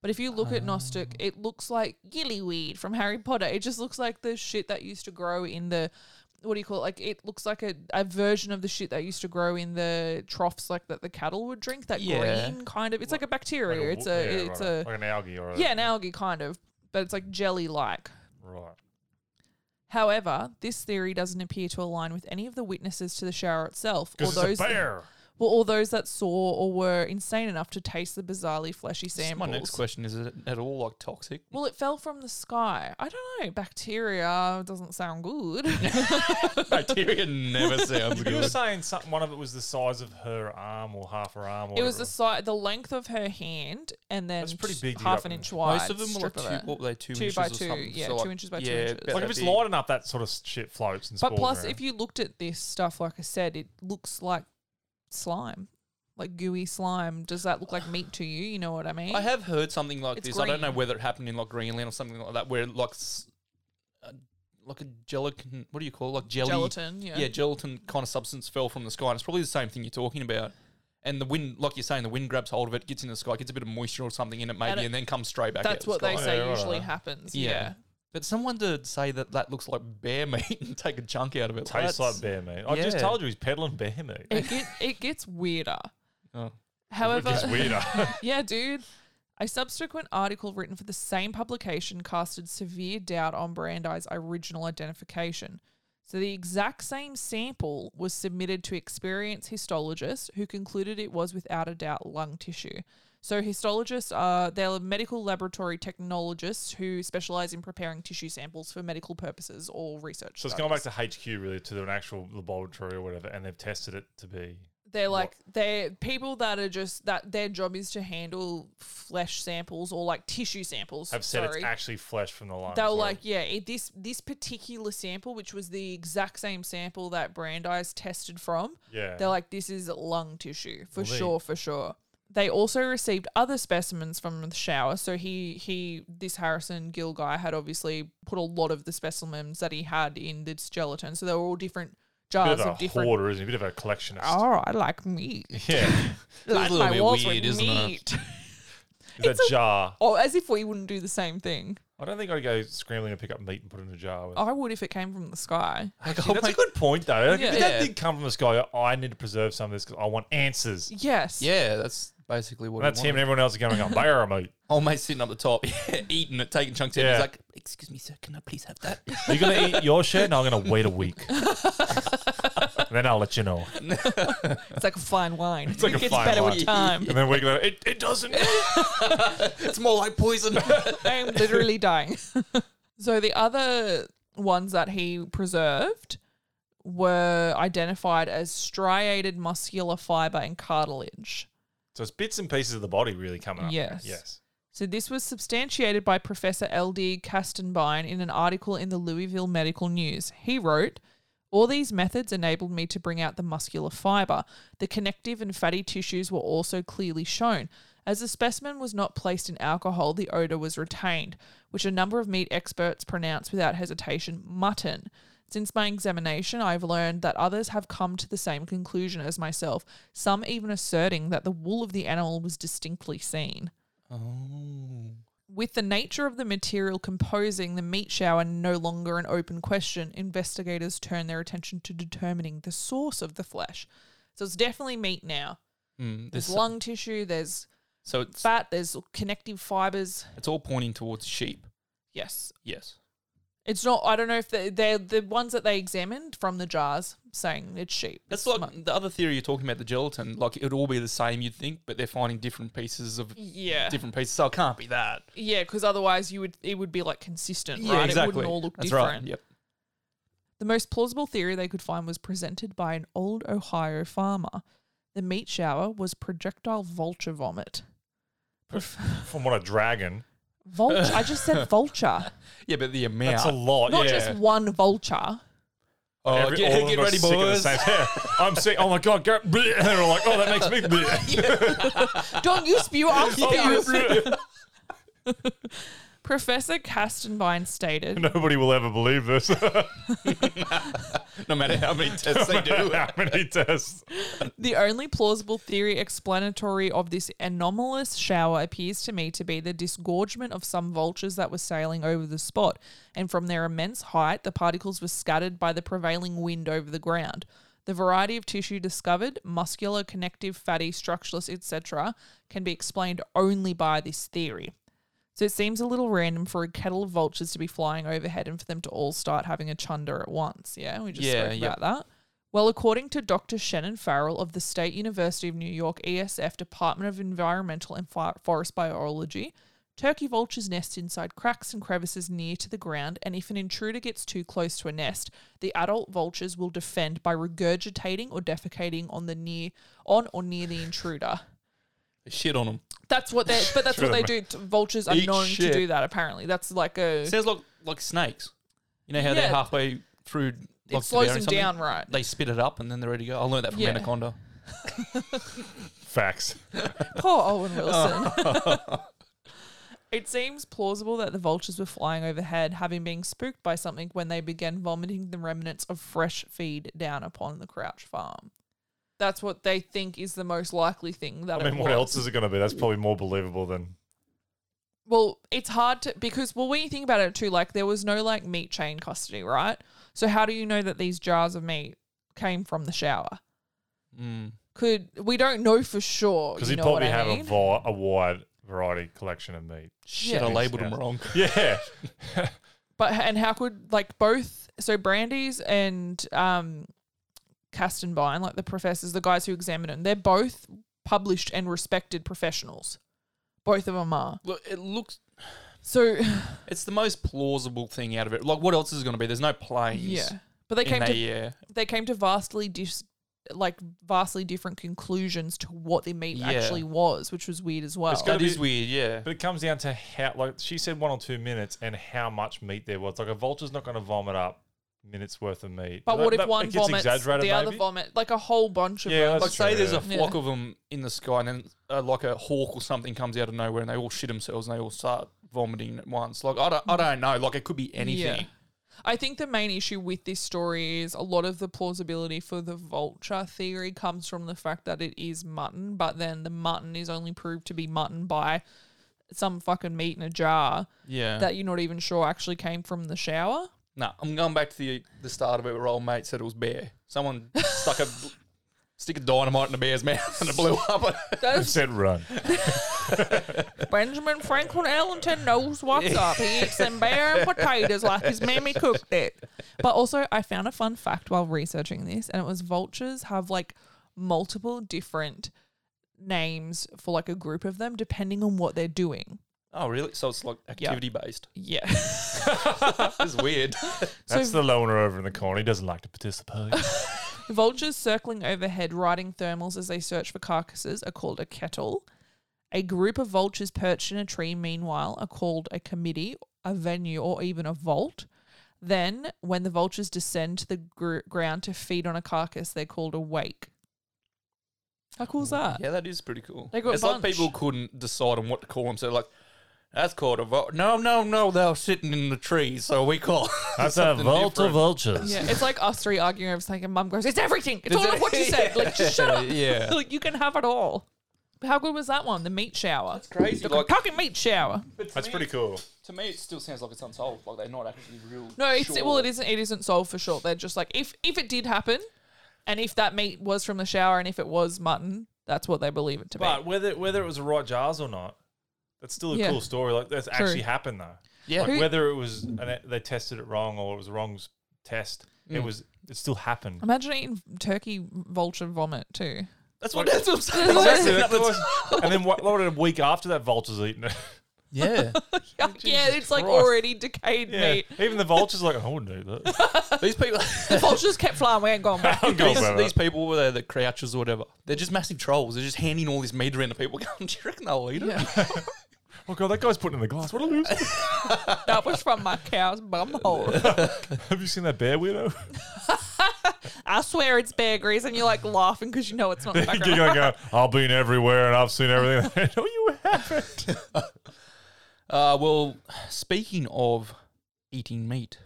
F: But if you look at Gnostic, it looks like gillyweed from Harry Potter. It just looks like the shit that used to grow in the what do you call it? Like it looks like a, a version of the shit that used to grow in the troughs like that the cattle would drink, that
G: Yeah.
F: green kind of it's like a bacteria.
H: Like
F: it's
H: wo-
F: a
H: yeah,
F: it's
H: right,
F: a
H: like an algae or a,
F: yeah, an algae kind of, but it's like jelly like.
H: right.
F: However, this theory doesn't appear to align with any of the witnesses to the shower itself, or
H: Because
F: those
H: it's a bear.
F: well, or those that saw or were insane enough to taste the bizarrely fleshy
G: That's
F: samples.
G: my next question is: Is it at all like toxic?
F: Well, it fell from the sky. I don't know. Bacteria doesn't sound good.
G: Bacteria never sounds
H: You were
G: good.
H: saying something, one of it was the size of her arm or half her arm. Or
F: it was
H: whatever.
F: the si- the length of her hand, and then
H: That's pretty
F: just
H: big to
F: half
H: get
F: an
H: up
F: inch
H: in.
F: wide.
G: Most of them were like
F: strip
G: two,
F: of it.
G: what were they, two,
F: Two
G: inches
F: by
G: or
F: two,
G: something.
F: yeah,
G: So,
F: two
G: like,
F: inches by two
G: yeah,
F: inches.
G: about
H: Like
G: that
H: if it's
G: big.
H: lighting up, that sort of shit floats and
F: But
H: spills
F: plus,
H: around.
F: if you looked at this stuff, like I said, it looks like slime, like gooey slime. Does that look like meat to you? You know what I mean?
G: I have heard something like
F: It's
G: this. I don't know
F: green.
G: whether it happened in like Greenland or something like that, where like s- uh, like a gelatin. What do you call it? like jelly?
F: Gelatin, yeah.
G: yeah, gelatin kind of substance fell from the sky, and it's probably the same thing you're talking about. And the wind, like you're saying, the wind grabs hold of it, gets in the sky, gets a bit of moisture or something in it, maybe,
F: And
G: and,
F: it-
G: then comes straight back.
F: That's
G: out
F: what
G: the
F: they
G: sky.
F: say
H: Yeah, right,
F: usually
H: right.
F: happens.
G: Yeah.
F: Yeah.
G: But someone to say that that looks like bear meat and take a chunk out of it.
H: tastes like
G: that's-
H: bear meat. I just
G: Yeah.
H: told you he's peddling bear meat.
F: It get, it gets weirder.
G: Oh.
F: However,
H: It's weirder.
F: yeah, dude. A subsequent article written for the same publication casted severe doubt on Brandeis' original identification. So the exact same sample was submitted to experienced histologists who concluded it was without a doubt lung tissue. So histologists are they're medical laboratory technologists who specialize in preparing tissue samples for medical purposes or research.
H: so it's
F: studies.
H: gone back to HQ really to an actual laboratory or whatever, and they've tested it to be.
F: They're like they're people that are just that their job is to handle flesh samples or like tissue samples.
H: Have said
F: sorry.
H: it's actually flesh from the lungs.
F: they were
H: or-
F: like, yeah, it, this this particular sample, which was the exact same sample that Brandeis tested from,
H: yeah.
F: they're like, this is lung tissue for
H: Well, they-
F: sure, for sure. They also received other specimens from the shower. So he he this Harrison Gill guy had obviously put a lot of the specimens that he had in this gelatin. So they were all different
H: bit
F: jars
H: of a
F: of different.
H: hoarder, isn't he? A bit of a collectionist.
F: Oh, I like meat.
H: Yeah,
G: It's
F: Like
G: a
F: my
G: little
F: walls
G: bit weird,
F: with
G: isn't it?
F: meat.
H: Is that jar.
F: Oh, as if we wouldn't do the same thing.
H: I don't think I'd go scrambling and pick up meat and put it in a jar. With.
F: I would if it came from the sky.
G: Like,
H: Actually,
G: I'll
H: that's a
G: make-
H: good point though. Like,
F: Yeah.
H: If that
G: Yeah.
H: did come from the sky, I need to preserve some of this because I want answers.
F: Yes.
G: yeah, that's
H: basically what
G: That's
H: he
G: him and
H: wanted.
G: everyone else is going "Oh, on. Buy our meat.
H: Old mate's sitting up the top, eating it, taking chunks out.
G: Yeah.
H: He's like, "Excuse me, sir, can I please have that?"
G: You're gonna eat your share, and I'm gonna wait a week. then I'll let you know.
F: It's like a fine wine. It's
G: like
F: it
G: a
F: gets
G: fine
F: better
G: wine.
F: with time.
G: And then we're gonna. It, it doesn't.
H: it's more like poison.
F: I am literally dying. so the other ones that he preserved were identified as striated muscular fiber and cartilage.
G: So it's bits and pieces of the body really coming up.
F: Yes.
G: Yes.
F: So this was substantiated by Professor L.D. Kastenbein in an article in the Louisville Medical News. He wrote, "All these methods enabled me to bring out the muscular fiber. The connective and fatty tissues were also clearly shown. As the specimen was not placed in alcohol, the odor was retained, which a number of meat experts pronounce without hesitation mutton." Since my examination, I've learned that others have come to the same conclusion as myself, some even asserting that the wool of the animal was distinctly seen. With the nature of the material composing the meat shower no longer an open question, investigators turn their attention to determining the source of the flesh. So it's definitely meat now.
H: Mm,
F: There's
H: this-
F: lung tissue, there's
H: so it's
F: fat, there's connective fibers.
H: it's all pointing towards sheep.
F: Yes.
H: Yes.
F: It's not, I don't know if they- they're the ones that they examined from the jars saying it's sheep.
H: That's
F: It's
H: like
F: mu-
H: the other theory you're talking about, the gelatin. Like it would all be the same, you'd think, but they're finding different pieces of
F: Yeah.
H: different pieces. So it can't be that.
F: Yeah, because otherwise you would it would be like consistent, right? It wouldn't all look
H: That's
F: different.
H: right. Yep.
F: The most plausible theory they could find was presented by an old Ohio farmer. The meat shower was projectile vulture vomit.
G: From what a dragon.
F: Vulture. I just said vulture,
H: Yeah, but the amount.
G: That's a lot.
F: not
G: yeah.
F: just one vulture.
H: Oh,
G: Every- all
H: get,
G: of them
H: get
G: are
H: ready,
G: sick of the
H: boys.
G: same- yeah. I'm sick. Oh my god. Go. bleh. And they're all like, oh, that makes me. bleh.
F: Don't you spew? I'll spew.
G: Oh,
F: Professor Castenbein stated,
G: Nobody will ever believe this.
H: No matter how many tests they do.
G: How many tests?
F: The only plausible theory explanatory of this anomalous shower appears to me to be the disgorgement of some vultures that were sailing over the spot, and from their immense height, the particles were scattered by the prevailing wind over the ground. The variety of tissue discovered, muscular, connective, fatty, structureless, etc., can be explained only by this theory. So it seems a little random for a kettle of vultures to be flying overhead and for them to all start having a chunder at once. Yeah, we just
H: Yeah,
F: spoke
H: yep.
F: about that. Well, according to Dr. Shannon Farrell of the State University of New York ESF Department of Environmental and Fo- Forest Biology, turkey vultures nest inside cracks and crevices near to the ground, and if an intruder gets too close to a nest, the adult vultures will defend by regurgitating or defecating on the near on or near the intruder.
H: Shit on them.
F: That's what they. But that's what they do. T- Vultures are
H: Eat
F: known
H: shit.
F: to do that. Apparently, that's like a.
H: Sounds like like snakes. You know how
F: Yeah.
H: they're halfway through. like,
F: it slows
H: devouring
F: them
H: something?
F: down, right?
H: They spit it up and then they're ready to go. I learned that from
F: Yeah.
H: Anaconda.
G: Facts.
F: Poor Owen Wilson. it seems plausible that the vultures were flying overhead, having been spooked by something when they began vomiting the remnants of fresh feed down upon the Crouch farm. That's what they think is the most likely thing that.
G: I mean,
F: it
G: what
F: was.
G: else is it going to be? That's probably more believable than.
F: Well, it's hard to because well, when you think about it too, like there was no like meat chain custody, right? So how do you know that these jars of meat came from the shower?
H: Mm.
F: Could we don't know for sure?
G: Because
F: you
G: he
F: know
G: probably
F: what I
G: have
F: mean?
G: a, vi- a wide variety collection of meat.
H: Shit,
F: Yeah.
H: I labelled them
G: Yeah.
H: wrong.
G: Yeah.
F: But and how could like both so Brandy's and um Castenbine, like the professors, the guys who examined them, they're both published and respected professionals. Both of them are.
H: Look, it looks.
F: So
H: It's the most plausible thing out of it. Like, what else is it going to be? There's no planes.
F: yeah. But they
H: in
F: came
H: there,
F: to
H: yeah.
F: they came to vastly dis- like vastly different conclusions to what the meat
H: Yeah.
F: actually was, which was weird as well.
G: gotta
H: That
G: be-
H: is weird. Yeah.
G: But it comes down to how, like she said, one or two minutes, and how much meat there was. Like a vulture's not going to vomit up minutes worth of meat.
F: But
G: That-
F: what if
G: that-
F: one
G: it gets
F: vomits, the
G: exaggerated,
F: other
G: maybe?
F: vomit, like a whole bunch of
G: Yeah,
F: them.
G: that's
H: Like, say
G: true,
H: there's
G: yeah.
H: a flock
F: Yeah.
H: of them in the sky, and then uh, like a hawk or something comes out of nowhere, and they all shit themselves, and they all start vomiting at once. Like, I don't, I don't know. Like, it could be anything.
F: I think the main issue with this story is a lot of the plausibility for the vulture theory comes from the fact that it is mutton, but then the mutton is only proved to be mutton by some fucking meat in a jar
H: Yeah.
F: that you're not even sure actually came from the shower.
H: No, I'm going back to the the start of it where old mate said it was bear. Someone stuck a stick a dynamite in the bear's mouth and it blew up.
G: It
F: Does
G: said run.
F: Benjamin Franklin Ellington knows what's up. He eats them bare and potatoes like his mammy cooked it. But also, I found a fun fact while researching this, and it was vultures have like multiple different names for like a group of them depending on what they're doing.
H: oh, really? So it's like activity based.
F: Yeah.
H: It's weird.
G: That's
F: So-
G: the loner over in the corner. He doesn't like to participate.
F: Vultures circling overhead, riding thermals as they search for carcasses, are called a kettle. A group of vultures perched in a tree, meanwhile, are called a committee, a venue, or even a vault. Then, when the vultures descend to the gr- ground to feed on a carcass, they're called a wake. How cool is that?
H: yeah, that is pretty cool.
F: They got a
H: it's like
F: bunch.
H: people couldn't decide on what to call them. So like, that's called a vault. No, no, no. They were sitting in the trees, so we call.
G: That's a vault of
H: different.
G: vultures.
F: Yeah, it's like us three arguing over something, and mum goes, It's everything. It's
H: Does
F: all
H: it-
F: of what you said. Like, just shut up.
H: Yeah.
F: like, you can have it all. How good was that one? The meat shower. That's
H: crazy,
F: The
H: like-
F: Kentucky meat shower.
G: That's pretty cool.
H: To me, it still sounds like it's unsolved. Like they're not actually real.
F: No, it's well, it isn't. It isn't solved for sure. They're just like if if it did happen, and if that meat was from the shower, and if it was mutton, that's what they believe it to be.
G: But whether whether it was the right jars or not, that's still a
F: Yeah.
G: cool story. Like that's actually happened though.
H: Yeah.
G: Like
F: Who-
G: whether it was an, they tested it wrong or it was a wrong s- test, it was it still happened.
F: Imagine eating turkey vulture vomit too.
H: That's what. That's what I'm saying.
G: Exactly.
H: That's
G: That's
H: what-
G: what- and then what, what a week after that, vultures eating it.
H: Yeah.
F: yeah, it's like
G: Christ.
F: already decayed meat.
G: Even the vultures like, I wouldn't do that.
H: These people.
F: The vultures kept flying. We ain't going back.
G: I'll go
H: these,
G: better.
H: these people, whether they're the crouchers or whatever, they're just massive trolls. They're just handing all this meat around to people. Going, do you reckon they'll eat it?
G: Oh god, that guy's putting it in the glass. What a loser!
F: that was from my cow's bum hole.
G: Have you seen that bear weirdo?
F: I swear it's bear grease, and you're like laughing because you know it's not. in the
G: You're
F: background.
G: going, go, I've been everywhere and I've seen everything. no, you haven't.
H: Uh, well, speaking of eating meat,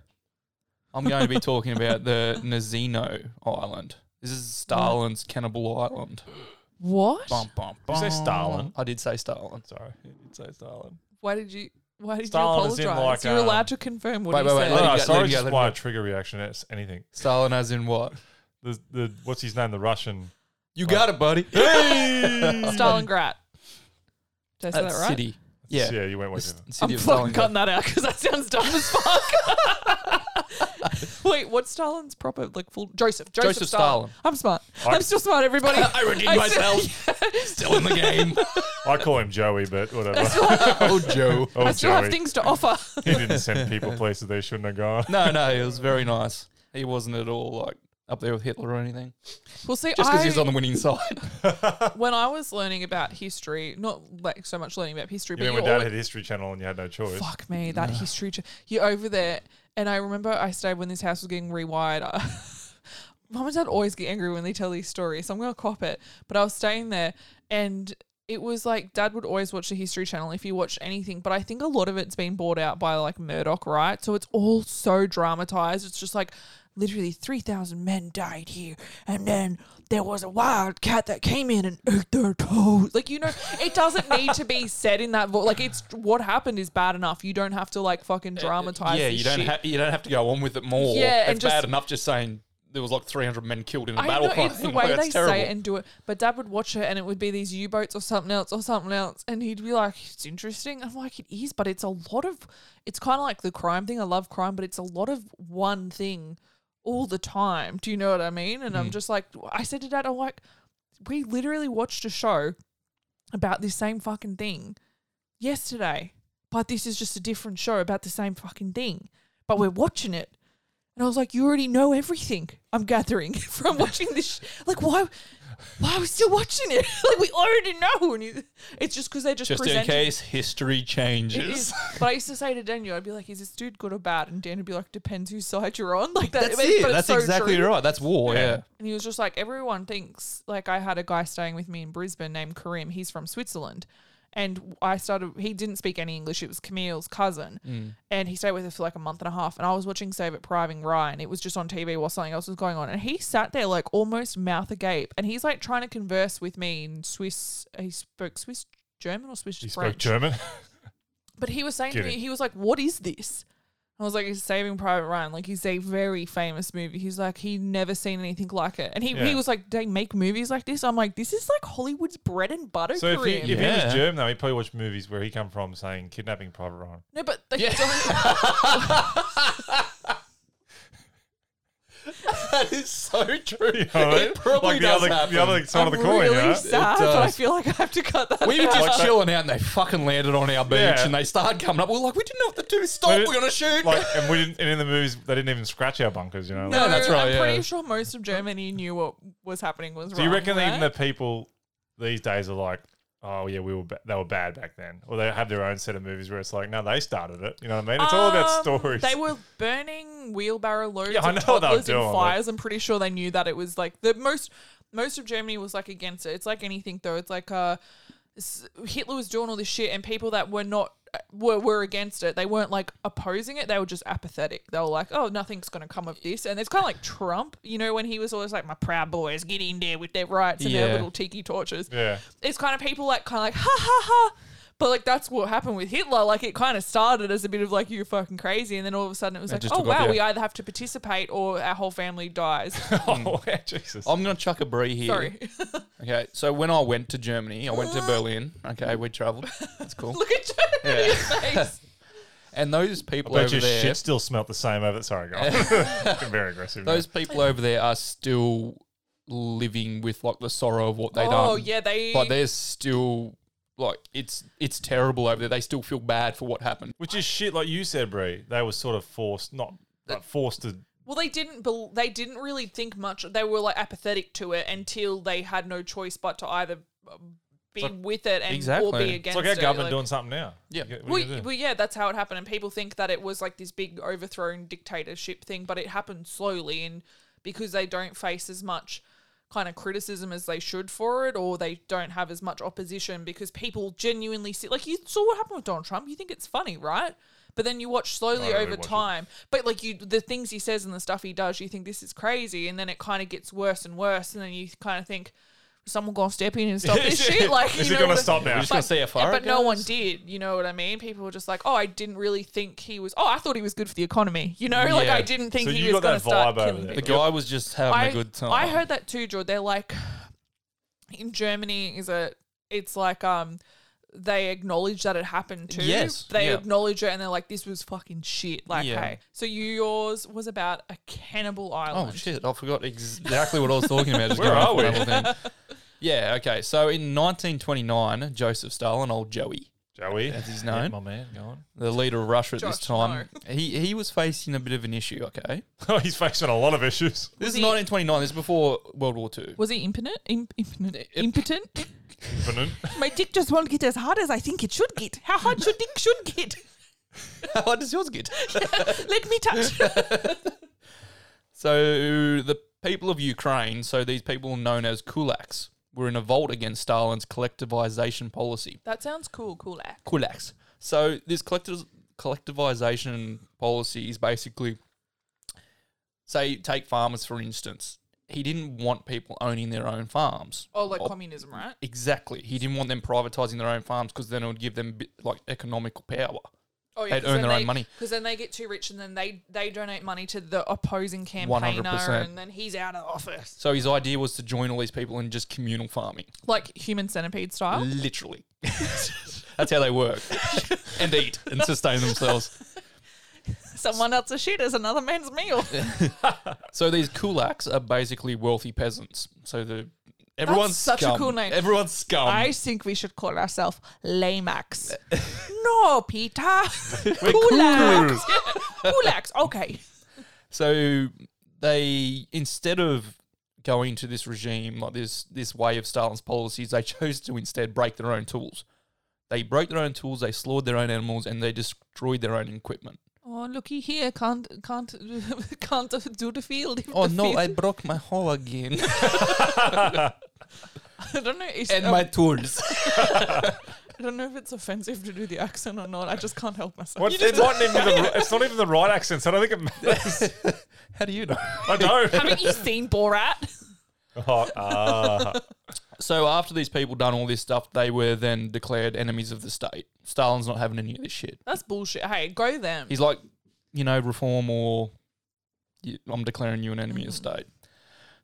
H: I'm going to be talking about the Nazino Island. This is Stalin's cannibal island.
F: What?
H: Bum, bum,
G: Did
H: bum.
G: you say Stalin?
H: I did say Stalin.
G: Sorry, you did say Stalin.
F: Why did you? Why did
G: Stalin is
F: you
G: in,
F: apologize?
G: like,
F: you're
G: um,
F: allowed to confirm what
H: Wait,
F: he
H: wait, wait,
F: said.
G: No, no,
H: Let him go, let
G: Uh, sorry,
H: him go,
G: just
H: let him
G: why a
H: go.
G: trigger reaction. It's anything.
H: Stalin, as in what?
G: The, the what's his name? The Russian.
H: You got it, buddy.
G: Hey!
F: Stalingrad. Did I say
H: That's
F: that right?
H: city. Yeah.
G: yeah, E you went
H: The
G: with
H: s-
G: it.
H: city
F: I'm
H: of
F: fucking
H: Stalingrad.
F: cutting that out because that sounds dumb as fuck. Wait, what's Stalin's proper like full Joseph? Joseph,
H: Joseph
F: Stalin.
H: Stalin.
F: I'm smart.
G: I-
F: I'm still smart, everybody.
H: I redeemed
F: I still-
H: myself. Oh, Still in the game.
G: I call him Joey, but whatever.
H: oh, Joe.
G: oh,
F: I still have
G: Joey.
F: things to offer.
G: he didn't send people places they shouldn't have gone.
H: No, no, it was very nice. He wasn't at all like up there with Hitler or anything.
F: We'll see.
H: Just because he
F: I-
H: was on the winning side.
F: when I was learning about history, not like so much learning about history,
G: You
F: but
G: mean
F: you
G: when Dad
F: always,
G: had History Channel and you had no choice?
F: fuck me, that history. Ch- you're over there, and I remember I stayed when this house was getting rewired. Mum and Dad always get angry when they tell these stories, so I'm gonna cop it. But I was staying there, and it was like Dad would always watch the History Channel if he watched anything. But I think a lot of it's been bought out by like Murdoch, right? So it's all so dramatized. It's just like literally three thousand men died here, and then there was a wild cat that came in and ate their toes. Like you know, it doesn't need to be said in that voice. Like it's what happened is bad enough. You don't have to like fucking dramatize.
H: Eh, Yeah,
F: this
H: you don't
F: shit.
H: ha- you don't have to go on with it more.
F: Yeah,
H: it's
F: and just-
H: bad enough just saying there was like 300 men killed in a
F: I
H: battle
F: know
H: crime.
F: it's the
H: Like,
F: way
H: that's
F: they
H: terrible.
F: say it and do it, but Dad would watch it and it would be these U boats or something else or something else, and he'd be like, "It's interesting." I'm like, "It is," but it's a lot of. It's kind of like the crime thing. I love crime, but it's a lot of one thing all the time. Do you know what I mean? And
H: Hmm.
F: I'm just like, I said to Dad, I'm like, we literally watched a show about this same fucking thing yesterday, but this is just a different show about the same fucking thing, but we're watching it. And I was like, you already know everything I'm gathering from watching this. Sh- like, why, why are we still watching it? like, we already know. And you, it's just because they're just,
H: just in
F: presenting.
H: case history
F: It
H: changes.
F: is. But I used to say to Daniel, I'd be like, is this dude good or bad? And Daniel would be like, depends whose side you're on. Like, that,
H: That's
F: but
H: it.
F: it's
H: That's
F: so
H: exactly
F: true.
H: right. That's war. Yeah.
F: And he was just like, everyone thinks, like, I had a guy staying with me in Brisbane named Karim. He's from Switzerland. And I started, he didn't speak any English. It was Camille's cousin. And he stayed with us for like a month and a half. And I was watching Save It Priving Ryan. It was just on TV while something else was going on. And he sat there, like, almost mouth agape. And he's like trying to converse with me in Swiss. He spoke Swiss German or Swiss
G: He spoke
F: French.
G: German.
F: But he was saying to me,
G: Kidding.
F: he was like, "What is this?" I was like, he's Saving Private Ryan. Like, he's a very famous movie. He's like, he never seen anything like it. And he,
G: Yeah.
F: he was like, they make movies like this. I'm like, this is like Hollywood's bread and butter
G: So if
F: career.
G: he, if he
H: Yeah.
G: was German, though, he'd probably watch movies where he come from saying kidnapping Private Ryan.
F: no, but like,
H: that is so true.
G: You know what I mean?
H: probably
G: like the
H: does
G: other,
H: happen.
G: The other side
F: I'm
G: of the coin,
F: really
G: you know?
F: sad, but I
H: does.
F: feel like I have to cut that.
H: We
F: out.
H: were just
G: Like that-
H: chilling out and they fucking landed on our beach
G: Yeah.
H: and they started coming up. We were like, we didn't know what to do. Stop,
G: They
H: Oh, we're
G: didn't-
H: going to shoot.
G: Like, and we didn't. And in the movies, they didn't even scratch our bunkers, you know.
H: No, that's right,
F: I'm
H: yeah.
F: pretty sure most of Germany knew what was happening was
G: Do
F: wrong.
G: you reckon
F: right?
G: even the people these days are like, oh yeah, we were ba- they were bad back then, or they have their own set of movies where it's like, no, they started it. You know what I mean? It's all about
F: Um,
G: stories.
F: They were burning wheelbarrow loads
G: Yeah, I
F: of
G: know what they were
F: toddlers in
G: doing, but-
F: fires. I'm pretty sure they knew that it was like the most. Most of Germany was like against it. It's like anything though. It's like uh, s- Hitler was doing all this shit, and people that were not uh, were were against it. They weren't like opposing it. They were just apathetic. They were like, oh, nothing's gonna come of this. And it's kind of like Trump, you know, when he was always like, my proud boys get in there with their rights and
H: Yeah.
F: their little tiki torches
G: yeah,
F: it's kind of people like kind of like ha ha ha but like that's what happened with Hitler. Like it kind of started as a bit of like you're fucking crazy, and then all of a sudden it was
H: It
F: like,
H: just
F: oh
H: took off,
F: wow,
H: yeah.
F: we either have to participate or our whole family dies.
G: oh yeah, Jesus.
H: I'm going to chuck a brie here.
F: Sorry,
H: Okay, so when I went to Germany, I went to Berlin. Okay, we traveled. That's cool.
F: look at you in your face.
H: And those people
G: Bet
H: over
G: your
H: there,
G: shit still smelt the same over. Sorry, guys. Very aggressive.
H: those people over there are still living with like the sorrow of what they done.
F: Oh yeah, they.
H: Like they're still like it's it's terrible over there. They still feel bad for what happened.
G: Which is shit, like you said, Brie. They were sort of forced, not like forced to.
F: well, they didn't. Bel- they didn't really think much. They were like apathetic to it until they had no choice but to either um, be with it and or
H: Exactly.
F: be
H: It's
F: against
G: It's like our
F: it.
G: government
F: Like-
G: doing something now.
H: Yeah.
G: You- what are
F: Well,
G: you gonna do?
F: well, yeah, that's how it happened, and people think that it was like this big overthrown dictatorship thing, but it happened slowly, and because they don't face as much kind of criticism as they should for it, or they don't have as much opposition because people genuinely see, like you saw what happened with Donald Trump. You think it's funny, right? But then you watch slowly
G: I don't
F: over
G: really watch it.
F: time. But like you, the things he says and the stuff he does, you think this is crazy, and then it kind of gets worse and worse, and then you kind of think. Someone gonna step in and stop this shit? Like,
G: is
F: you
G: it
F: know,
G: going to
F: the-
G: stop now?
H: We're just gonna see how far.
F: but
H: it
F: no one
H: goes.
F: did. You know what I mean? People were just like, "Oh, I didn't really think he was. Oh, I thought he was good for the economy. You know, like
H: Yeah.
F: I didn't think
G: So
F: he
G: you
F: was
G: got
F: going to
G: that
F: start
G: vibe over
F: killing
G: there.
H: The
F: people."
H: guy was just having
F: I,
H: a good time.
F: I heard that too, George. They're like, in Germany, is it? It's like um, they acknowledge that it happened too.
H: Yes,
F: they
H: yeah.
F: acknowledge it, and they're like, "This was fucking shit." Like,
H: Yeah.
F: hey, so you, yours was about a cannibal
H: Oh
F: island.
H: shit! I forgot exactly what I was talking about. Just
G: Where
H: going
G: are
H: off on
G: we?
H: that whole thing. Yeah. Okay. So in 1929, Joseph Stalin, old Joey,
G: Joey,
H: as he's known,
G: my man, go on.
H: the leader of Russia at this
F: Josh,
H: time, he he was facing a bit of an issue. Okay.
G: Oh, he's facing a lot of issues.
H: This is
F: he-
H: 1929. This is before World War Two.
F: Was he impotent? Im- impotent? Impotent?
G: Infinite.
F: My dick just won't get as hard as I think it should get. How hard should dick should get?
H: How does yours get?
F: Let me touch.
H: So the people of Ukraine, so these people known as kulaks, were in a revolt against Stalin's collectivization policy.
F: that sounds cool, cool act.
H: Kulaks. So this collectiv- collectivization policy is basically, say, take farmers for instance. He didn't want people owning their own farms.
F: Oh, like communism, right?
H: Exactly. He didn't want them privatizing their own farms because then it would give them bit, like economical power.
F: Oh,
H: They'd earn their own money.
F: Because then they get too rich and then they, they donate money to the opposing campaigner
H: 100%.
F: and then he's out of office.
H: So his idea was to join all these people in just communal farming.
F: Like human centipede style.
H: Literally. That's how they work and eat and sustain themselves.
F: Someone else's shit is another man's meal.
H: So these kulaks are basically wealthy peasants. So the everyone's
F: such a
H: scum.
F: cool name.
H: Everyone's scum.
F: I think we should call ourselves Lamax. no, Peter. Kulaks. Kulaks. Okay.
H: so they instead of going to this regime like this this way of Stalin's policies, they chose to instead break their own tools. They broke their own tools, they slaughtered their own animals, and they destroyed their own equipment.
F: Oh, looky here. Can't can't can't do the field. if
H: Oh
F: the
H: no,
F: field-
H: I broke my hoe again
F: I don't know. It's,
H: and my tools.
F: I don't know if it's offensive to do the accent or not. I just can't help myself.
G: What's, it's, not even the, it's not even the right accent, so I don't think it matters.
H: How do you know?
G: I don't.
F: Haven't you seen Borat?
G: Oh, ah.
H: So after these people done all this stuff, they were then declared enemies of the state. Stalin's not having any of this shit.
F: That's bullshit. Hey, go them.
H: He's like, you know, reform or you, I'm declaring you an enemy of state.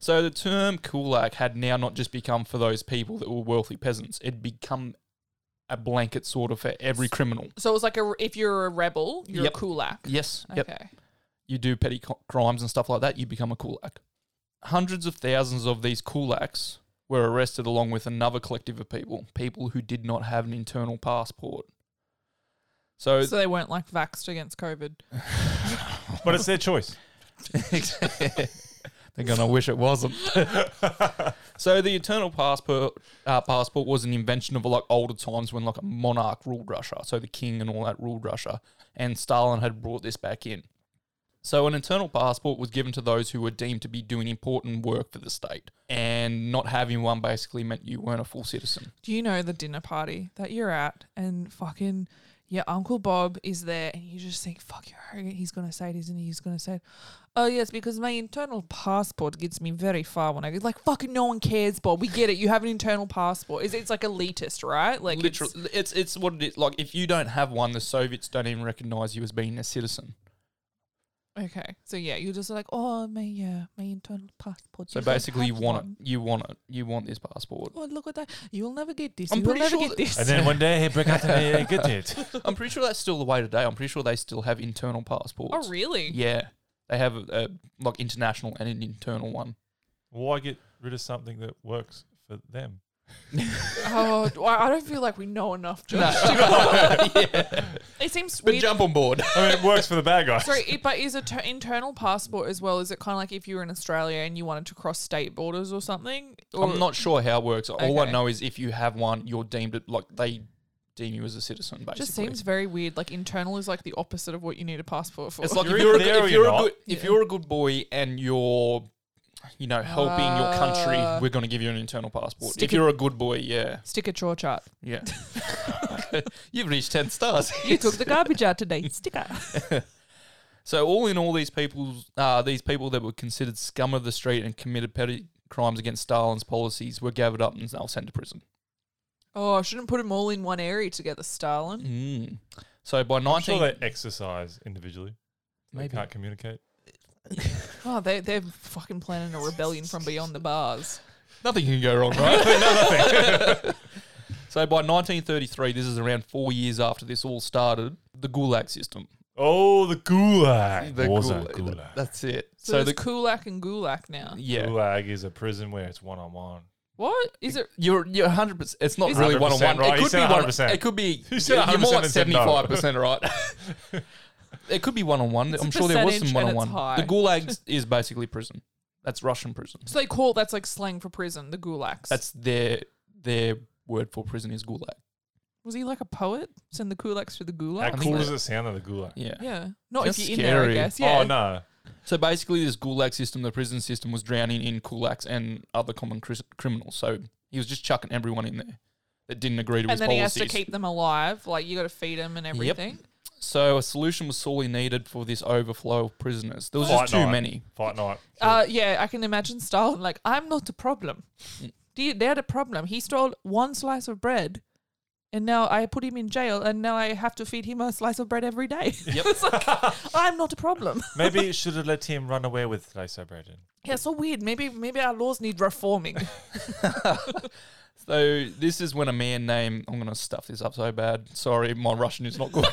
H: So the term kulak had now not just become for those people that were wealthy peasants, it'd become a blanket sort of for every criminal.
F: So it was like a, if you're a rebel, you're
H: Yep.
F: a kulak.
H: Yes. Yep.
F: Okay.
H: you do petty co- crimes and stuff like that, you become a kulak. Hundreds of thousands of these kulaks were arrested along with another collective of people, people who did not have an internal passport. So,
F: So they weren't like vaxxed against COVID.
G: But it's their choice.
H: they're going to wish it wasn't. so the internal passport uh, passport was an invention of like older times when like a monarch ruled Russia, so the king and all that ruled Russia, and Stalin had brought this back in. So an internal passport was given to those who were deemed to be doing important work for the state, and not having one basically meant you weren't a full citizen.
F: Do you know the dinner party that you're at and fucking your Uncle Bob is there and you just think, fuck, you're arrogant. He's going to say it, isn't he? He's going to say it. Oh, yes, because my internal passport gets me very far when I get like, fucking no one cares, Bob. We get it. You have an internal passport. It's, it's like elitist, right? Like, it's-
H: Literally, it's it's what it is. Like if you don't have one, the Soviets don't even recognize you as being a citizen.
F: okay. So, yeah, you're just like, oh, my, uh, my internal passport.
H: So
F: don't
H: basically, you
F: have
H: want
F: one.
H: it. You want it. You want this passport.
F: Oh, look at that. You will never get this.
H: I'm
F: you will
H: pretty
F: never
H: sure
F: get
H: that-
F: this.
G: And then one day he broke out and he got it.
H: I'm pretty sure that's still the way today. I'm pretty sure they still have internal passports.
F: oh, really?
H: Yeah, they have a, a like international and an internal one.
G: Why get rid of something that works for them?
F: Oh, d- I I don't feel like we know enough, Josh. It seems weird.
H: on board.
G: I mean, it works for the bad guys.
F: Sorry, it, but is a ter- internal passport as well? Is it kind of like if you were in Australia and you wanted to cross state borders or something? Or
H: I'm not sure how it works. All I
F: Okay.
H: know is if you have one, you're deemed it, like they deem you as a citizen. Basically,
F: It just seems very weird. Like internal is like the opposite of what you need a passport for.
H: It's like
G: You're
H: if you're, a
G: either there
H: good,
G: or
H: if you're
G: you're
H: a
G: not.
H: good if you're a good boy and you're you know helping your country,
F: Ah.
H: we're going to give you an internal passport.
F: Stick
H: if
F: it-
H: you're a good boy, yeah,
F: stick a chore chart.
H: yeah. You've reached ten stars.
F: You took the garbage out today. Sticker.
H: So all in all, these people, uh, these people that were considered scum of the street and committed petty crimes against Stalin's policies were gathered up and now sent to prison.
F: Oh, I shouldn't put them all in one area together, Stalin.
H: Mm. So by
G: I'm
H: 19,
G: sure they exercise individually. They
H: Maybe.
G: can't communicate.
F: Oh, they they're fucking planning a rebellion from beyond the bars.
H: nothing can go wrong, right? so by 1933, this is around four years after this all started, the Gulag system.
G: Oh, the gulag.
H: The
G: War zone
H: Gulag-
G: gulag.
H: That's it.
F: So,
H: So,
F: there's
H: the
F: Kulak and Gulak now.
H: yeah,
G: Gulag is a prison where it's one on one.
F: What is it?
H: you're you're 100. percent It's not
F: Is it-
H: really one on one.
G: 100%, right?
H: It
G: You
H: could
G: said
H: be one.
G: 100%.
H: It could be.
G: You said
H: you're more like
G: 100% and said no.
H: 75 percent, right? It could be one on one.
F: It's a
H: I'm sure there was
F: percentage
H: some one on
F: and
H: one.
F: it's high.
H: The Gulag is basically prison. That's Russian prison.
F: So they call that's like slang for prison. The Gulaks.
H: That's their their word for prison is Gulag.
F: Was he like a poet? Send the kulaks to the gulag?
G: How
H: I think
G: cool does
H: that-
G: it sound of the gulag?
H: Yeah.
F: yeah. Not
H: That's
F: if you're in there, I
H: scary.
F: guess. Yeah.
G: Oh, no.
H: So basically, this Gulag system, the prison system, was drowning in kulaks and other common cris- criminals. So he was just chucking everyone in there that didn't agree to
F: And
H: his
F: then he has
H: policies.
F: to keep them alive. Like you got to feed them and everything.
H: so a solution was sorely needed for this overflow of prisoners. There was
G: Fight
H: just too
G: night.
H: many.
G: Fight night.
F: Uh, yeah, I can imagine Stalin like, I'm not the problem.
H: Mm.
F: They- They're the problem. He stole one slice of bread, and now I put him in jail, and now I have to feed him a slice of bread every day.
H: Yep.
F: it's like, I'm not a problem.
G: Maybe it should have let him run away with Dice Brandon.
F: Yeah, so weird. Maybe maybe our laws need reforming.
H: So this is when a man named I'm gonna stuff this up so bad. Sorry, my Russian is not good.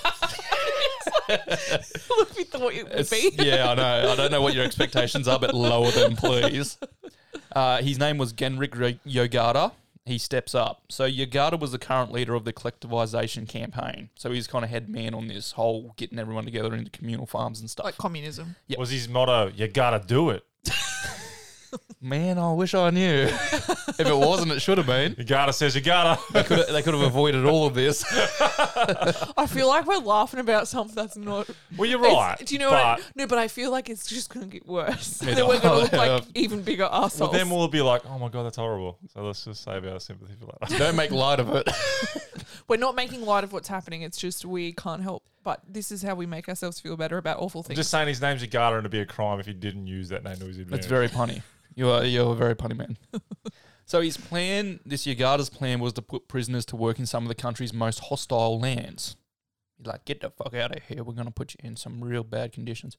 F: Look, we thought it would
H: It's-
F: be.
H: yeah, I know. I don't know what your expectations are, but lower them, please. Uh, his name was Genrik Ro- Yogata. He steps up. So Yogata was the current leader of the collectivization campaign. So he's kind of head man on this whole getting everyone together into communal farms and stuff.
F: Like communism.
H: Yep.
G: Was his motto, you gotta do it.
H: man, I wish I knew. if it wasn't, it should have been.
G: You gotta says you gotta.
H: They could have, they could have avoided all of this.
F: I feel like we're laughing about something that's not
G: well, you're
F: It's-
G: right.
F: Do you know
G: but,
F: what? I, no, but I feel like it's just going to get worse.
H: It
F: then we're going to look like
H: does.
F: even bigger assholes.
G: Well, then we'll be like, oh my God, that's horrible. So let's just save our sympathy for that.
H: Don't make light of it.
F: we're not making light of what's happening. It's just we can't help. But this is how we make ourselves feel better about awful
G: I'm
F: things.
G: just saying his name's Yagata and it'd be a crime if he didn't use that name to his advantage.
H: That's very punny. You are you're a very punny man. so his plan, this Yagata's plan, was to put prisoners to work in some of the country's most hostile lands. He's like, get the fuck out of here. We're going to put you in some real bad conditions.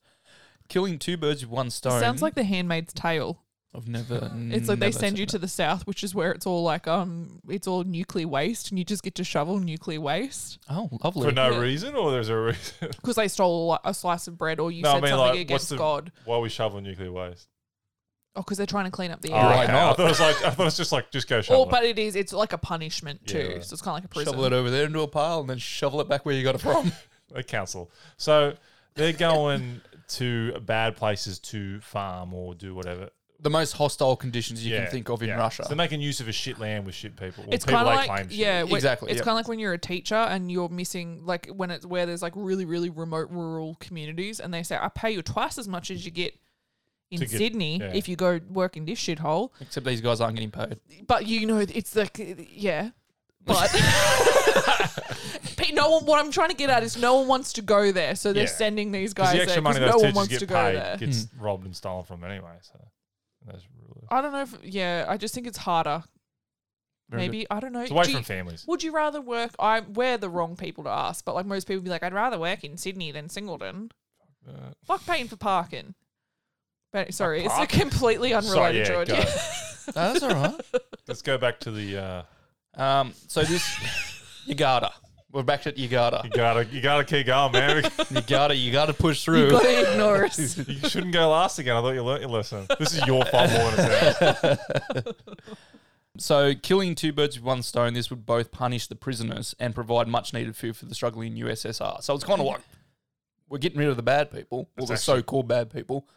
H: Killing two birds with one stone.
F: Sounds like The Handmaid's Tale.
H: I've never.
F: It's like they
H: never
F: send
H: seen
F: you
H: that.
F: to the south, which is where it's all like um, it's all nuclear waste, and you just get to shovel nuclear waste
H: Oh, lovely.
G: For no
F: Yeah.
G: reason, or there's a reason?
F: because they stole a, a slice of bread, or you
G: no,
F: said
G: I mean,
F: something
G: like, what's
F: against
G: the.
F: God,
G: Why are we shoveling nuclear waste?
F: oh, because they're trying to clean up the
G: Oh,
F: area.
H: Right
G: okay.
H: now.
G: I thought it was like, I thought it was just like, just go shovel.
F: Or, but it is, it's like a punishment too.
G: Yeah, right.
F: So it's kind of like a prison.
H: Shovel it over there into a pile and then shovel it back where you got it from.
G: a council. So they're going to bad places to farm or do whatever.
H: the most hostile conditions you
G: Yeah,
H: can think of in
G: yeah.
H: Russia.
G: So they're making use of a shit land with shit people. Or
F: it's
G: people
F: kind
G: they
F: of like
G: claim shit.
F: yeah, wh-
H: Exactly,
F: It's
H: yep.
F: kind of like when you're a teacher and you're missing like when it's where there's like really really remote rural communities and they say I pay you twice as much as you get in
G: To get-
F: Sydney
G: yeah.
F: if you go work in this shithole,
H: Except these guys aren't getting paid.
F: but you know it's like uh, yeah, but. Pe- No one. What I'm trying to get at is, no one wants to go there, so they're
G: Yeah.
F: sending these
G: Because
F: guys
G: the
F: there
G: extra
F: 'cause
G: money
F: no
G: those
F: one
G: teachers
F: wants
G: get
F: to go there.
G: paid gets robbed and stolen from them anyway. So that's really.
F: I don't know if yeah, I just think it's harder.
H: Very
F: Maybe I don't know.
G: It's away
F: Do
G: from
F: you-
G: families.
F: Would you rather work? I we're the wrong people to ask, but like most people be like, I'd rather work in Sydney than Singleton.
G: Uh,
F: Fuck paying for parking. But sorry, it's a
G: parking?
F: completely
G: Sorry,
F: unrelated
G: yeah,
F: George.
G: go.
H: good. No, that's all right.
G: Let's go back to the. Uh,
H: Um, so this Yagata. We're back at Yagata.
G: you gotta, you gotta keep going, man.
H: Yagata, you got to push through.
F: You gotta ignore us.
G: you shouldn't go last again. I thought you learnt your lesson. This is your fault more than it's ours.
H: So, killing two birds with one stone, this would both punish the prisoners and provide much needed food for the struggling USSR. So, it's kind of like we're getting rid of the bad people, or the
G: actually-
H: so called bad people,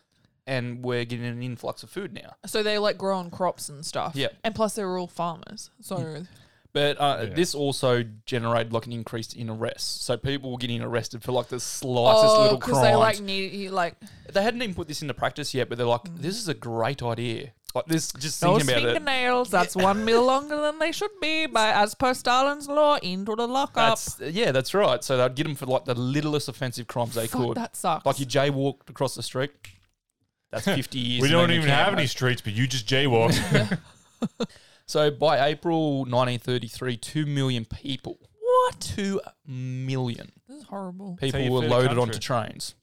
H: and we're getting an influx of food now.
F: So they like grow on crops and stuff.
H: Yeah.
F: And plus they're all farmers. So
H: Mm. But uh,
G: Yeah.
H: this also generated like an increase in arrests. So, people were getting arrested for like the slightest
F: oh,
H: little
F: because
H: crime.
F: they like need you like
H: they hadn't even put this into practice yet, but they're like, this is a great idea. Like, this, just
F: those
H: thinking about it.
F: fingernails. That's one mil longer than they should be. By as per Stalin's law, into the lockup.
H: That's, yeah, that's right. So they'd get them for like the littlest offensive crimes they
F: Fuck,
H: could.
F: that sucks.
H: Like you jaywalked across the street. That's 50 years.
G: We
H: in
G: don't
H: an
G: even
H: account,
G: have any
H: mate.
G: streets, but you just jaywalk.
H: So by April 1933, 2 million people. What? 2 million
F: this is horrible.
G: Tell
H: people
G: you
H: were
G: fair
H: loaded
G: country.
H: onto trains.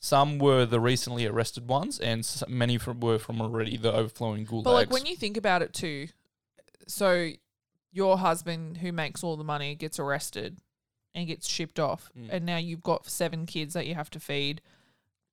H: Some were the recently arrested ones, and s- many from, were from already the overflowing gulags.
F: But like when you think about it too, so your husband who makes all the money gets arrested and gets shipped off,
G: Mm.
F: and now you've got seven kids that you have to feed,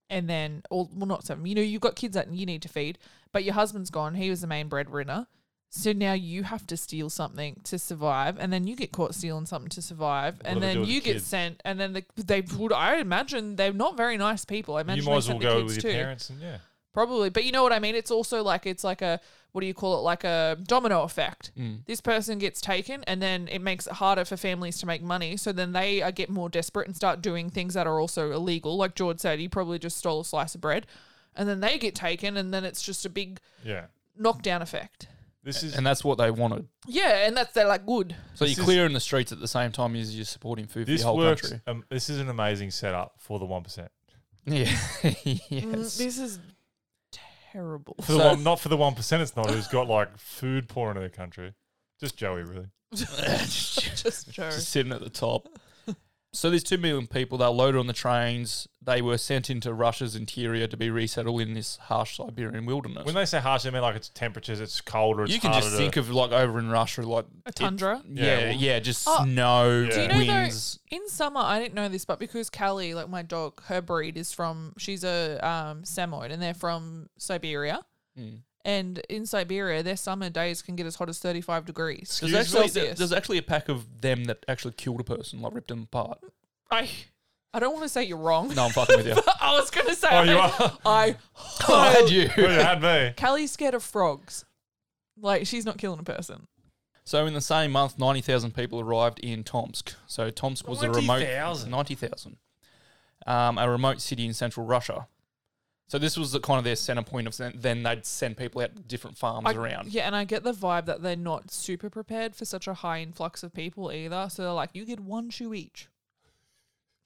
F: and then all well not seven, you know you've got kids that you need to feed, but your husband's gone. He was the main breadwinner. So now you have to steal something to survive, and then you get caught stealing something to survive,
G: do
F: and
G: they do
F: then
G: with the
F: you get
G: kids?
F: sent, and then the, they would. I imagine they're not very nice people. I
G: you
F: imagine
G: might
F: they
G: as well
F: sent the
G: go
F: kids
G: with your
F: too.
G: parents and yeah.
F: Probably, but you know what I mean. It's also like it's like a what do you call it? Like a domino effect.
G: Mm.
F: This person gets taken, and then it makes it harder for families to make money. So then they uh, get more desperate and start doing things that are also illegal. Like George said, he probably just stole a slice of bread, and then they get taken, and then it's just a big
G: Yeah.
F: knockdown effect.
G: This is
H: and that's what they wanted.
F: Yeah, and that's they're like good.
H: So
G: This
H: you're
G: is-
H: clearing the streets at the same time as you're supporting food for
G: this
H: the whole
G: works.
H: country.
G: Um, this is an amazing setup for the one percent.
H: Yeah.
F: Mm,
H: yes.
F: This is terrible.
G: For the
H: So-
G: one, not for the one percent. It's not who's got like food porn in the country. Just Joey, really.
F: just Joe.
H: Just sitting at the top. So there's two million people. They're loaded on the trains. They were sent into Russia's interior to be resettled in this harsh Siberian wilderness.
G: When they say harsh, they mean like it's temperatures, it's colder, it's
H: you can
G: harder
H: just
G: to-
H: think of like over in Russia, like
F: A
H: it-
F: tundra?
H: yeah,
G: Yeah,
H: yeah,
G: well-
H: just
F: Oh,
H: snow,
G: do you
F: know though-
H: winds.
F: In summer, I didn't know this, but because Callie, like my dog, her breed is from she's a um, Samoyed, and they're from Siberia.
G: Hmm.
H: Mm.
F: And in Siberia, their summer days can get as hot as thirty-five degrees.
G: Excuse
H: There's
G: me?
H: actually
F: Celsius.
H: there's actually a pack of them that actually killed a person, like ripped them apart.
F: I, I don't want to say you're wrong.
H: No, I'm fucking with you.
F: I was gonna say.
G: Oh, you
F: I,
G: are.
F: I
H: I had you.
G: Well, you had me.
F: Callie's scared of frogs. Like she's not killing a person.
H: So in the same month, ninety thousand people arrived in Tomsk. So Tomsk was a remote
G: 90,000?
H: ninety thousand, um, a remote city in central Russia. So this was the kind of their center point of sen- then they'd send people out to different farms
F: I-
H: around.
F: Yeah, and I get the vibe that they're not super prepared for such a high influx of people either. So they're like, you get one shoe each.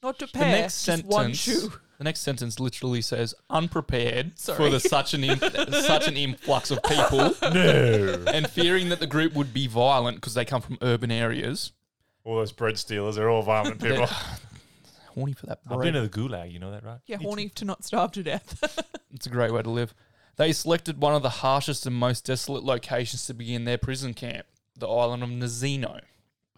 F: Not to
H: The
F: pair,
H: next
F: just
H: sentence,
F: one shoe.
H: the next sentence literally says unprepared for
F: Sorry.
H: the such an in, such an influx of people,
G: No.
H: and fearing that the group would be violent because they come from urban areas.
G: all those bread stealers, they're all violent people.
H: horny for that
G: I've been
H: bread.
G: to the gulag, you know that, right?
F: Yeah, horny to not starve to death.
H: it's a great way to live. They selected one of the harshest and most desolate locations to begin their prison camp, the island of Nazino.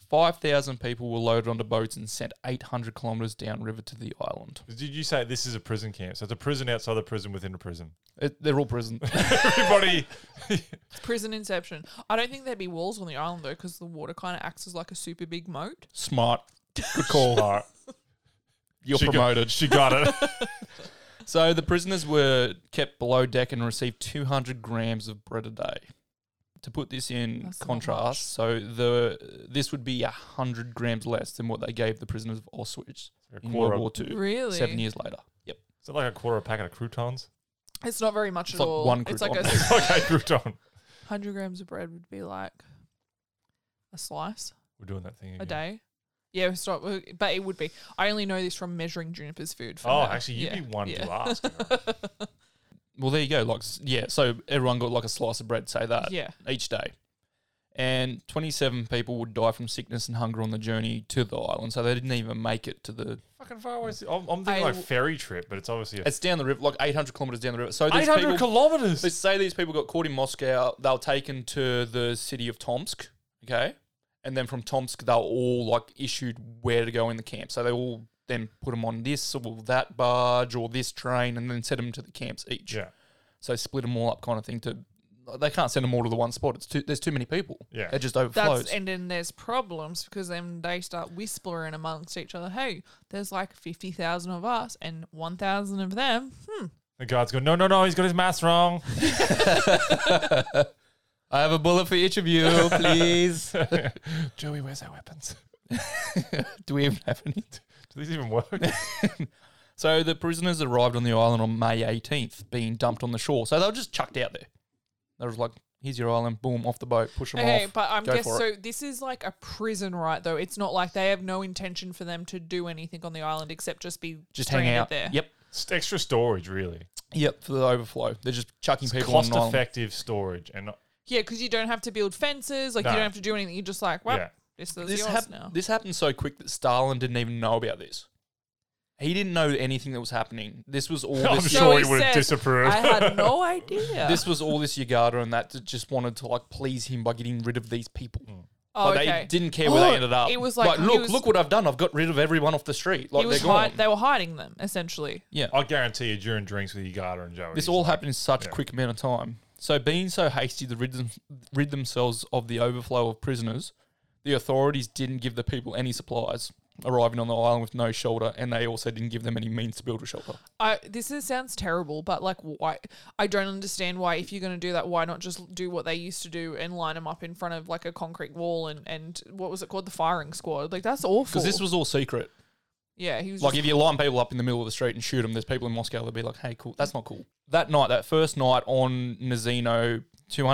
H: 5,000 people were loaded onto boats and sent 800 kilometres downriver to the island.
G: Did you say this is a prison camp? So it's a prison outside the prison within a prison.
H: It, they're all prison.
G: Everybody,
F: it's prison inception. I don't think there'd be walls on the island though, because the water kind of acts as like a super big moat.
H: Smart.
G: good call. All right.
H: You're
G: She got-
H: promoted.
G: she got it.
H: So the prisoners were kept below deck and received 200 grams of bread a day. To put this in
F: That's not much.
H: contrast, so the this would be 100 grams less than what they gave the prisoners of Auschwitz
G: A
H: in
G: quarter-
H: World War Two.
F: Really?
H: Seven years later. Yep.
G: Is it like a quarter of a packet of croutons?
F: It's not very much
H: It's
F: at
H: like
F: all.
H: one
F: it's like a
H: crouton.
G: It's like a crouton.
F: hundred grams of bread would be like a slice
G: We're doing that thing again.
F: a day. Yeah, it's not, uh, but it would be. I only know this from measuring Juniper's food. For
G: Oh,
F: now.
G: actually, you'd
F: Yeah,
G: be one
F: yeah.
G: to ask.
H: Well, there you go. Like, s- yeah. So everyone got like a slice of bread. Say that.
F: Yeah.
H: Each day, and 27 people would die from sickness and hunger on the journey to the island. So they didn't even make it to the.
G: Fucking far away. is it? I'm, I'm thinking
F: I
G: like
F: w-
G: ferry trip, but it's obviously a
H: It's down the river, like 800 kilometers down the river. So these
G: 800
H: people,
G: kilometers.
H: They say these people got caught in Moscow. They were taken to the city of Tomsk. Okay. And then from Tomsk, they were all like issued where to go in the camp. So they all then put them on this or that barge or this train and then sent them to the camps each.
G: Yeah.
H: So split them all up kind of thing to. They can't send them all to the one spot. It's too, there's too many people.
G: Yeah.
H: It just
F: That's
H: overflows.
F: and then there's problems because then they start whispering amongst each other. Hey, there's like fifty thousand of us and one thousand of them. Hmm.
G: The guard's going, no, no, no, he's got his maths wrong.
H: I have a bullet for each of you, please.
G: Joey, where's our weapons?
H: Do we even have any?
G: Do these even work?
H: So the prisoners arrived on the island on May 18th, being dumped on the shore. So they were just chucked out there. They were like, here's your island, boom, off the boat, push them
F: Okay,
H: off.
F: but I'm
H: go
F: guess
H: for
F: so.
H: it.
F: This is like a prison, right? Though it's not like they have no intention for them to do anything on the island except just be
H: Just hang
F: stranded
H: out.
F: there.
H: Yep.
G: It's extra storage, really.
H: Yep, for the overflow. They're just chucking
G: It's
H: people on
G: cost
H: an island.
G: effective storage. And
F: Yeah, because you don't have to build fences. Like
G: No.
F: you don't have to do anything. You're just like, well,
G: Yeah.
F: this is
H: This,
F: yours
H: hap-
F: now.
H: this happened so quick that Stalin didn't even know about this. He didn't know anything that was happening. This was all
G: I'm
H: this,
G: sure he would've
F: said,
G: disapproved.
F: I had no idea.
H: this was all this Yagada and that that just wanted to like please him by getting rid of these people.
G: Mm.
F: oh,
H: Like,
F: okay.
H: They didn't care where
F: Oh,
H: they ended up.
F: It was like, he
H: look,
F: was-
H: look what I've done. I've got rid of everyone off the street. Like
F: he was
H: they're gone.
F: hide- they were hiding them essentially.
H: yeah.
G: I guarantee you, during drinks with Ugada and Joey,
H: This
G: he's
H: all
G: like,
H: happened in such a
G: Yeah.
H: quick amount of time. So, being so hasty to rid, them, rid themselves of the overflow of prisoners, the authorities didn't give the people any supplies, arriving on the island with no shelter, and they also didn't give them any means to build a shelter.
F: I this is, sounds terrible, but like why? I don't understand why if you're going to do that, why not just do what they used to do and line them up in front of like a concrete wall and and what was it called, the firing squad? Like that's awful.
H: Because this was all secret.
F: yeah, he was
H: Like,
F: just-
H: if you line people up in the middle of the street and shoot them, there's people in Moscow that'll be like, hey, cool. That's not cool. That night, that first night on Nazino,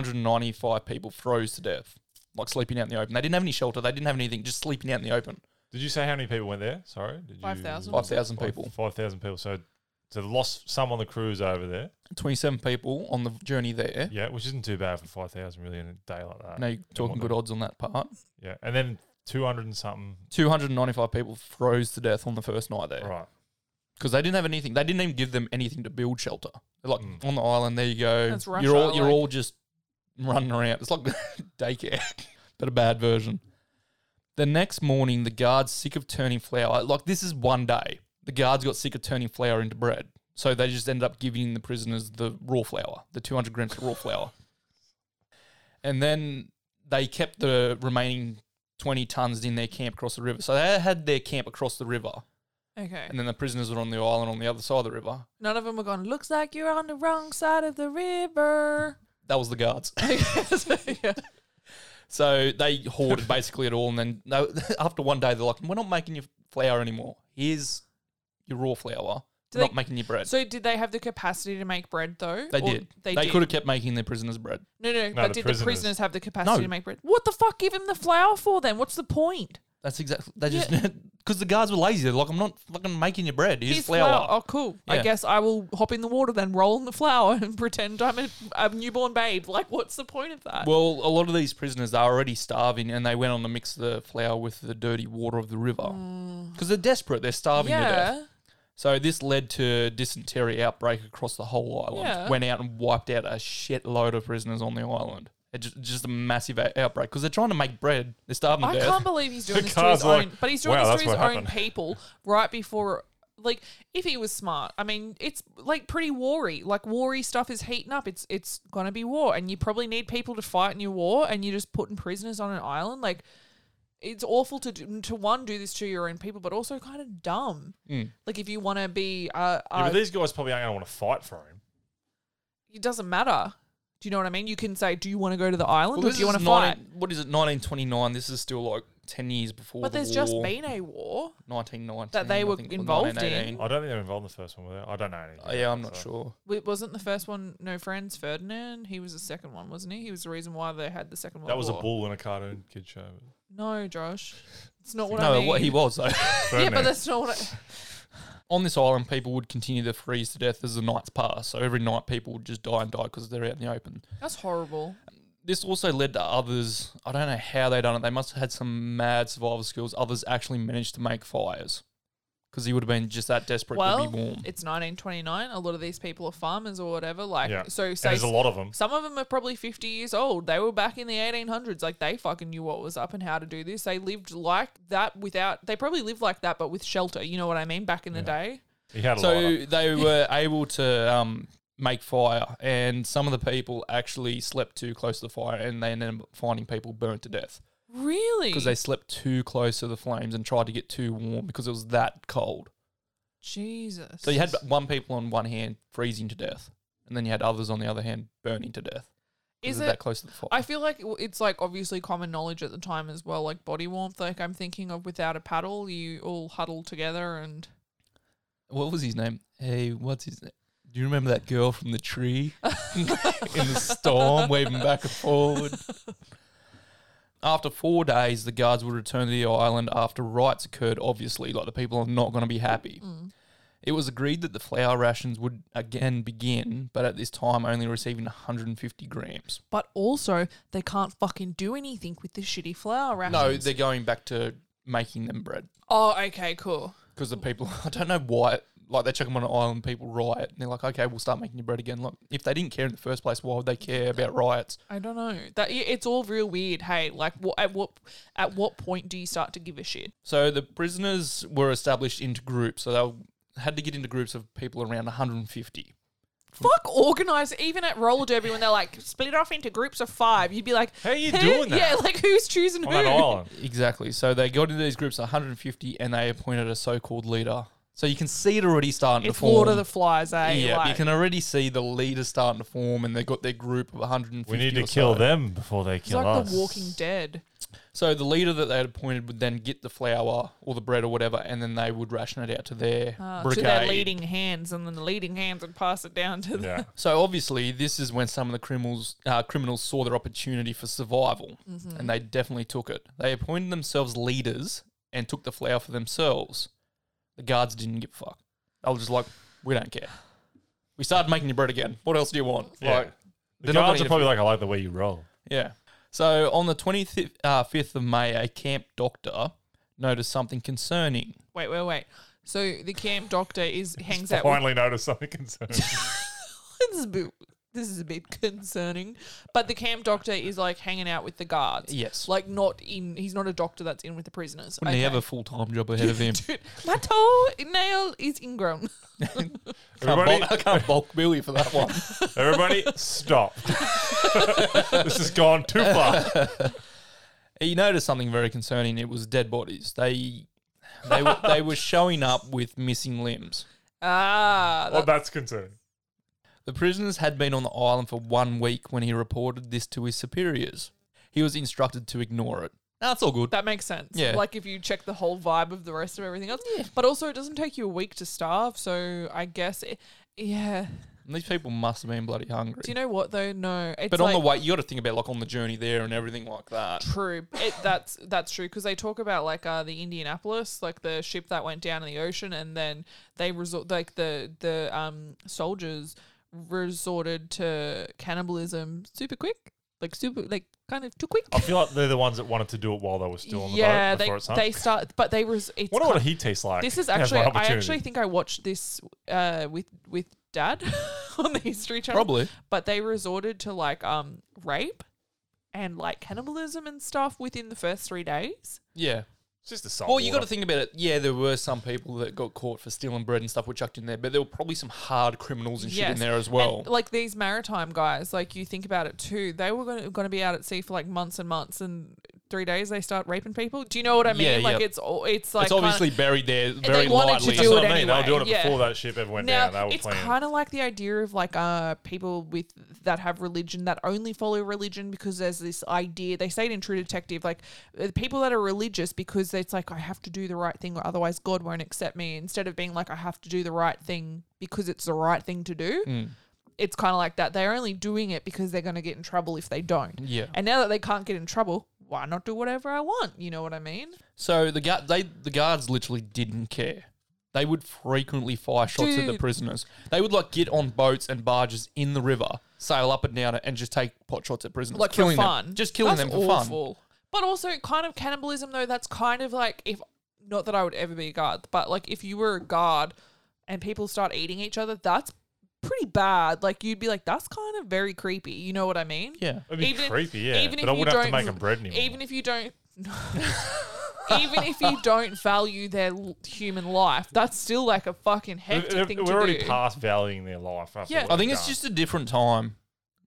H: 295 people froze to death, like sleeping out in the open. They didn't have any shelter, they didn't have anything, just sleeping out in the open.
G: Did you say how many people went there? Sorry, did you-
F: 5,000.
H: 5,000 people.
G: Five thousand people. So, so they lost some on the cruise over there.
H: 27 people on the journey there.
G: Yeah, which isn't too bad for five thousand really in a day like that.
H: Now you're talking good odds on that part.
G: Yeah, and then two hundred and something.
H: 295 people froze to death on the first night there
G: Right.
H: because they didn't have anything. They didn't even give them anything to build shelter. They're like on the island, there you go.
F: That's
H: you're all
F: Russia,
H: you're
F: like-
H: all just running around. It's like daycare, but a bad version. The next morning, the guards sick of turning flour. Like this is one day. The guards got sick of turning flour into bread, so they just ended up giving the prisoners the raw flour, the 200 grams of raw flour, and then they kept the remaining 20 tons in their camp across the river. So they had their camp across the river,
F: okay.
H: and then the prisoners were on the island on the other side of the river.
F: None of them were gone. Looks like you're on the wrong side of the river.
H: That was the guards.
F: yeah.
H: so they hoarded basically it all, and then they, after one day, they're like, "We're not making your flour anymore. Here's your raw flour.
F: Do
H: We're not
F: they-
H: making your bread."
F: So did they have the capacity to make bread though?
H: they
F: Or
H: did.
F: They,
H: They,
F: did.
H: could have kept making their prisoners bread.
F: No, no. but
G: the
F: did the
G: prisoners.
F: prisoners have the capacity
H: No.
F: to make bread? What the fuck? Give them the flour for then? What's the point?
H: That's exactly. They just because the guards were lazy. They're like, I'm not fucking making your bread. Here's,
F: Here's
H: flour.
F: flour. Oh, cool. I
H: Yeah.
F: guess I will hop in the water then, roll in the flour, and pretend I'm a, a newborn babe. Like, what's the point of that?
H: Well, a lot of these prisoners are already starving, and they went on to mix the flour with the dirty water of the river because they're desperate. They're starving to death.
F: Mm. yeah.
H: So this led to dysentery outbreak across the whole island.
F: Yeah.
H: Went out and wiped out a shitload of prisoners on the island. It just, just a massive o- outbreak because they're trying to make bread. They're starving to
F: I
H: death.
F: can't believe he's doing this to
G: Car's
F: his
G: like,
F: own. But he's doing
G: "Wow,
F: this
G: that's
F: to his
G: what
F: own
G: happened."
F: people right before. Like, if he was smart, I mean, it's like pretty wary. Like, wary stuff is heating up. It's it's gonna be war, and you probably need people to fight in your war, and you're just putting prisoners on an island. Like, it's awful to do, to one do this to your own people, but also kind of dumb. Like, if you want to be, uh,
G: Mm. Yeah,
F: uh
G: but these guys probably aren't going to want to fight for him.
F: it doesn't matter. Do you know what I mean? You can say, do you want to go to the island,
H: Well,
F: or
H: this
F: do you want
H: is
F: to fight?
H: 19 what is it? 1929. This is still like 10 years before.
F: But
H: the
F: there's just
H: war.
F: been a war.
H: 1919
F: that they
H: I
F: were
H: think, or
F: involved in.
H: 1918.
G: I don't think they're involved in the first one, were they? I don't know. Anything
H: Oh, yeah,
G: about
H: I'm
G: it,
H: not
G: so-
H: sure.
F: It wasn't the first one. No friends, Ferdinand. He was the second one, wasn't he? He was the reason why they had the second World
G: That was a
F: War.
G: bull in a cartoon kid show.
F: No, Josh, it's not what I
H: No,
F: mean.
H: what he was though.
F: Yeah, but that's not what. I,
H: on this island, people would continue to freeze to death as the nights pass. So every night, people would just die and die because they're out in the open.
F: that's horrible.
H: This also led to others. I don't know how they done it. They must have had some mad survival skills. Others actually managed to make fires because he would have been just that desperate to
F: Well,
H: be warm.
F: it's 1929. A lot of these people are farmers or whatever. Like,
G: Yeah.
F: so
G: And
F: say
G: there's a lot of them.
F: Some of them are probably 50 years old. They were back in the 1800s. Like, they fucking knew what was up and how to do this. They lived like that without. They probably lived like that, but with shelter. You know what I mean? Back in the day.
G: He had a lot of
H: So they were able to um, make fire, and some of the people actually slept too close to the fire, and they ended up finding people burnt to death.
F: Really?
H: because they slept too close to the flames and tried to get too warm because it was that cold.
F: Jesus.
H: So you had one people on one hand freezing to death, and then you had others on the other hand burning to death. 'cause
F: Is
H: they're
F: it?
H: that close to the fire?
F: I feel like it- it's like obviously common knowledge at the time as well, like body warmth. Like I'm thinking of without a paddle, you all huddle together and
H: what was his name? Hey, what's his name? Do you remember that girl from the tree in the storm, waving back and forward? After four days, the guards would return to the island after riots occurred, obviously, like the people are not going to be happy. It was agreed that the flour rations would again begin, but at this time only receiving 150 grams.
F: but also they can't fucking do anything with the shitty flour rations.
H: No, they're going back to making them bread
F: Oh, okay, cool.
H: because the people, I don't know why, like they chuck them on an island, people riot, and they're like, okay, we'll start making your bread again. Like, if they didn't care in the first place, why would they care about riots?
F: I don't know. That yeah, it's all real weird. Hey, like what at what at what point do you start to give a shit?
H: So the prisoners were established into groups. So they were- had to get into groups of people around 150.
F: Fuck organize. Even at roller derby, when they're like split off into groups of five, you'd be like,
G: How you
F: "Who-
G: doing that?"
F: Yeah, like who's choosing
G: them.
F: who?
G: On that island.
H: Exactly. So they got into these groups of 150 and they appointed a so called leader. So you can see it already starting
F: It's
H: to form.
F: Lord of the Flies, eh?
H: yeah,
F: Like-
H: you can already see the leader starting to form, and they got their group of 150.
G: We need to
H: or
G: kill
H: so.
G: them before they
F: It's
G: kill
F: like
G: us.
F: The Walking Dead.
H: So the leader that they had appointed would then get the flour or the bread or whatever, and then they would ration it out to their
F: Uh,
H: brigade.
F: to their leading hands, and then the leading hands would pass it down to the
G: Yeah.
H: So obviously, this is when some of the criminals uh, criminals saw their opportunity for survival,
F: Mm-hmm.
H: and they definitely took it. They appointed themselves leaders and took the flour for themselves. The guards didn't give a fuck. They were just like, "We don't care. We started making your bread again. What else do you want?"
G: Yeah.
H: Like,
G: The
H: they're not
G: guards
H: gonna
G: are
H: get
G: probably like, I like the way you roll.
H: yeah. So on the twenty fifth of May, a camp doctor noticed something concerning.
F: wait, wait, wait. So the camp doctor is hangs out. With,
G: Finally noticed something concerning.
F: this, is a bit, this is a bit concerning, but the camp doctor is like hanging out with the guards.
H: Yes.
F: like not in. He's not a doctor that's in with the prisoners.
H: Wouldn't he have
F: Okay.
H: a full time job ahead of him?
F: Dude, my toe nail is ingrown.
H: can't
G: Everybody-
H: bulk, I can't bulk bill you for that one.
G: Everybody, stop. this has gone too far.
H: he noticed something very concerning. It was dead bodies. They they were, they were showing up with missing limbs.
F: Ah,
G: Well,
F: that,
G: that's concerning.
H: The prisoners had been on the island for one week when he reported this to his superiors. He was instructed to ignore it. That's all good.
F: that makes sense.
H: Yeah.
F: like if you check the whole vibe of the rest of everything else. But also, it doesn't take you a week to starve, so I guess it. eh, Yeah.
H: And these people must have been bloody hungry.
F: Do you know what though? No, it's
H: but
F: like,
H: on the way, you got to think about like on the journey there and everything like that.
F: True. It, that's that's true because they talk about like uh, the Indianapolis, like the ship that went down in the ocean, and then they resort like the the um soldiers resorted to cannibalism super quick, like super like kind of too quick.
G: I feel like they're the ones that wanted to do it while they were still on the
F: yeah,
G: boat before it
F: they
G: sunk.
F: they start, but they res. It's
G: Wonder
F: kind-
G: what he tastes like.
F: This is
G: Have my
F: actually, I
G: opportunity.
F: actually think I watched this uh, with with dad on the History Channel.
H: Probably.
F: but they resorted to like um rape and like cannibalism and stuff within the first three days.
H: Yeah.
G: It's just the salt.
H: Well, you got to
G: water.
H: think about it. Yeah, there were some people that got caught for stealing bread and stuff were chucked in there, but there were probably some hard criminals and shit in there as
F: And,
H: well.
F: like these maritime guys, like you think about it too, they were going to be out at sea for like months and months, and three days they start raping people. Do you know what I mean?
H: Yeah,
F: like
H: yeah.
F: it's all, it's like
H: it's
F: kinda-
H: obviously buried there very
F: they wanted to
H: lightly.
F: do
G: That's
F: do
G: what
F: it
G: I mean. They were
F: anyway,
G: doing it
F: yeah.
G: before that ship ever went
F: now
G: down. They were
F: it's
G: planning.
F: kind of like the idea of like uh people with that have religion that only follow religion because there's this idea they say it in True Detective like uh, the people that are religious because it's like I have to do the right thing or otherwise God won't accept me instead of being like I have to do the right thing because it's the right thing to do.
G: Hmm.
F: It's kind of like that. They're only doing it because they're going to get in trouble if they don't.
H: Yeah.
F: And now that they can't get in trouble, why not do whatever I want? You know what I mean?
H: so the guard, they the guards literally didn't care. They would frequently fire shots at the
F: Dude.
H: prisoners. They would like get on boats and barges in the river, sail up and down it, and just take pot shots at prisoners,
F: like
H: killing
F: for fun.
H: them, just killing
F: That's
H: them for fun.
F: awful. But also, kind of cannibalism though. That's kind of like if not that I would ever be a guard, but like if you were a guard and people start eating each other, that's pretty bad. Like you'd be like, that's kind of very creepy. You know what I mean?
H: Yeah.
G: It'd be creepy, yeah. But I
F: you
G: wouldn't have to
F: don't-
G: make 'em bread anymore.
F: Even if you don't. even if you don't value their l- human life, that's still like a fucking hectic
G: We're-
F: thing
G: we're
F: to
G: already
F: do.
G: past valuing their life. After
F: Yeah.
G: what
H: I
G: they've
H: think it's
G: done.
H: just a different time.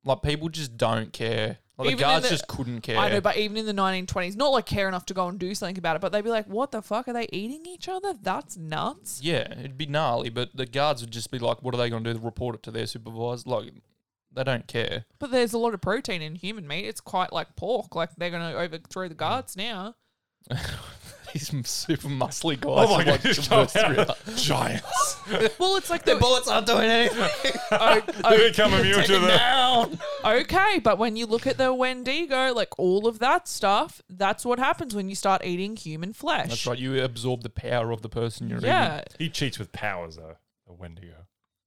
H: Like people just don't care. Like
F: Even in
H: the guards
F: the-
H: just couldn't care.
F: I know, but even in the 1920s, not like care enough to go and do something about it, but they'd be like, what the fuck? Are they eating each other? That's nuts.
H: yeah, it'd be gnarly. But the guards would just be like, "What are they going to do? Report it to their supervisor?" Like they don't care.
F: But there's a lot of protein in human meat. It's quite like pork. Like they're going to overthrow the guards now.
H: These super muscly guys.
G: Oh my
H: are,
G: god!
H: like,
G: Just
H: traversed
G: come
H: through-
G: out. Giants.
F: Well, it's like the.
H: bullets aren't doing anything.
F: o-
G: They're
F: o-
G: becoming immune to the.
H: down.
F: okay, but when you look at the Wendigo, like all of that stuff, that's what happens when you start eating human flesh.
H: That's right. You absorb the power of the person you're eating.
F: Yeah.
G: He cheats with powers though. A Wendigo.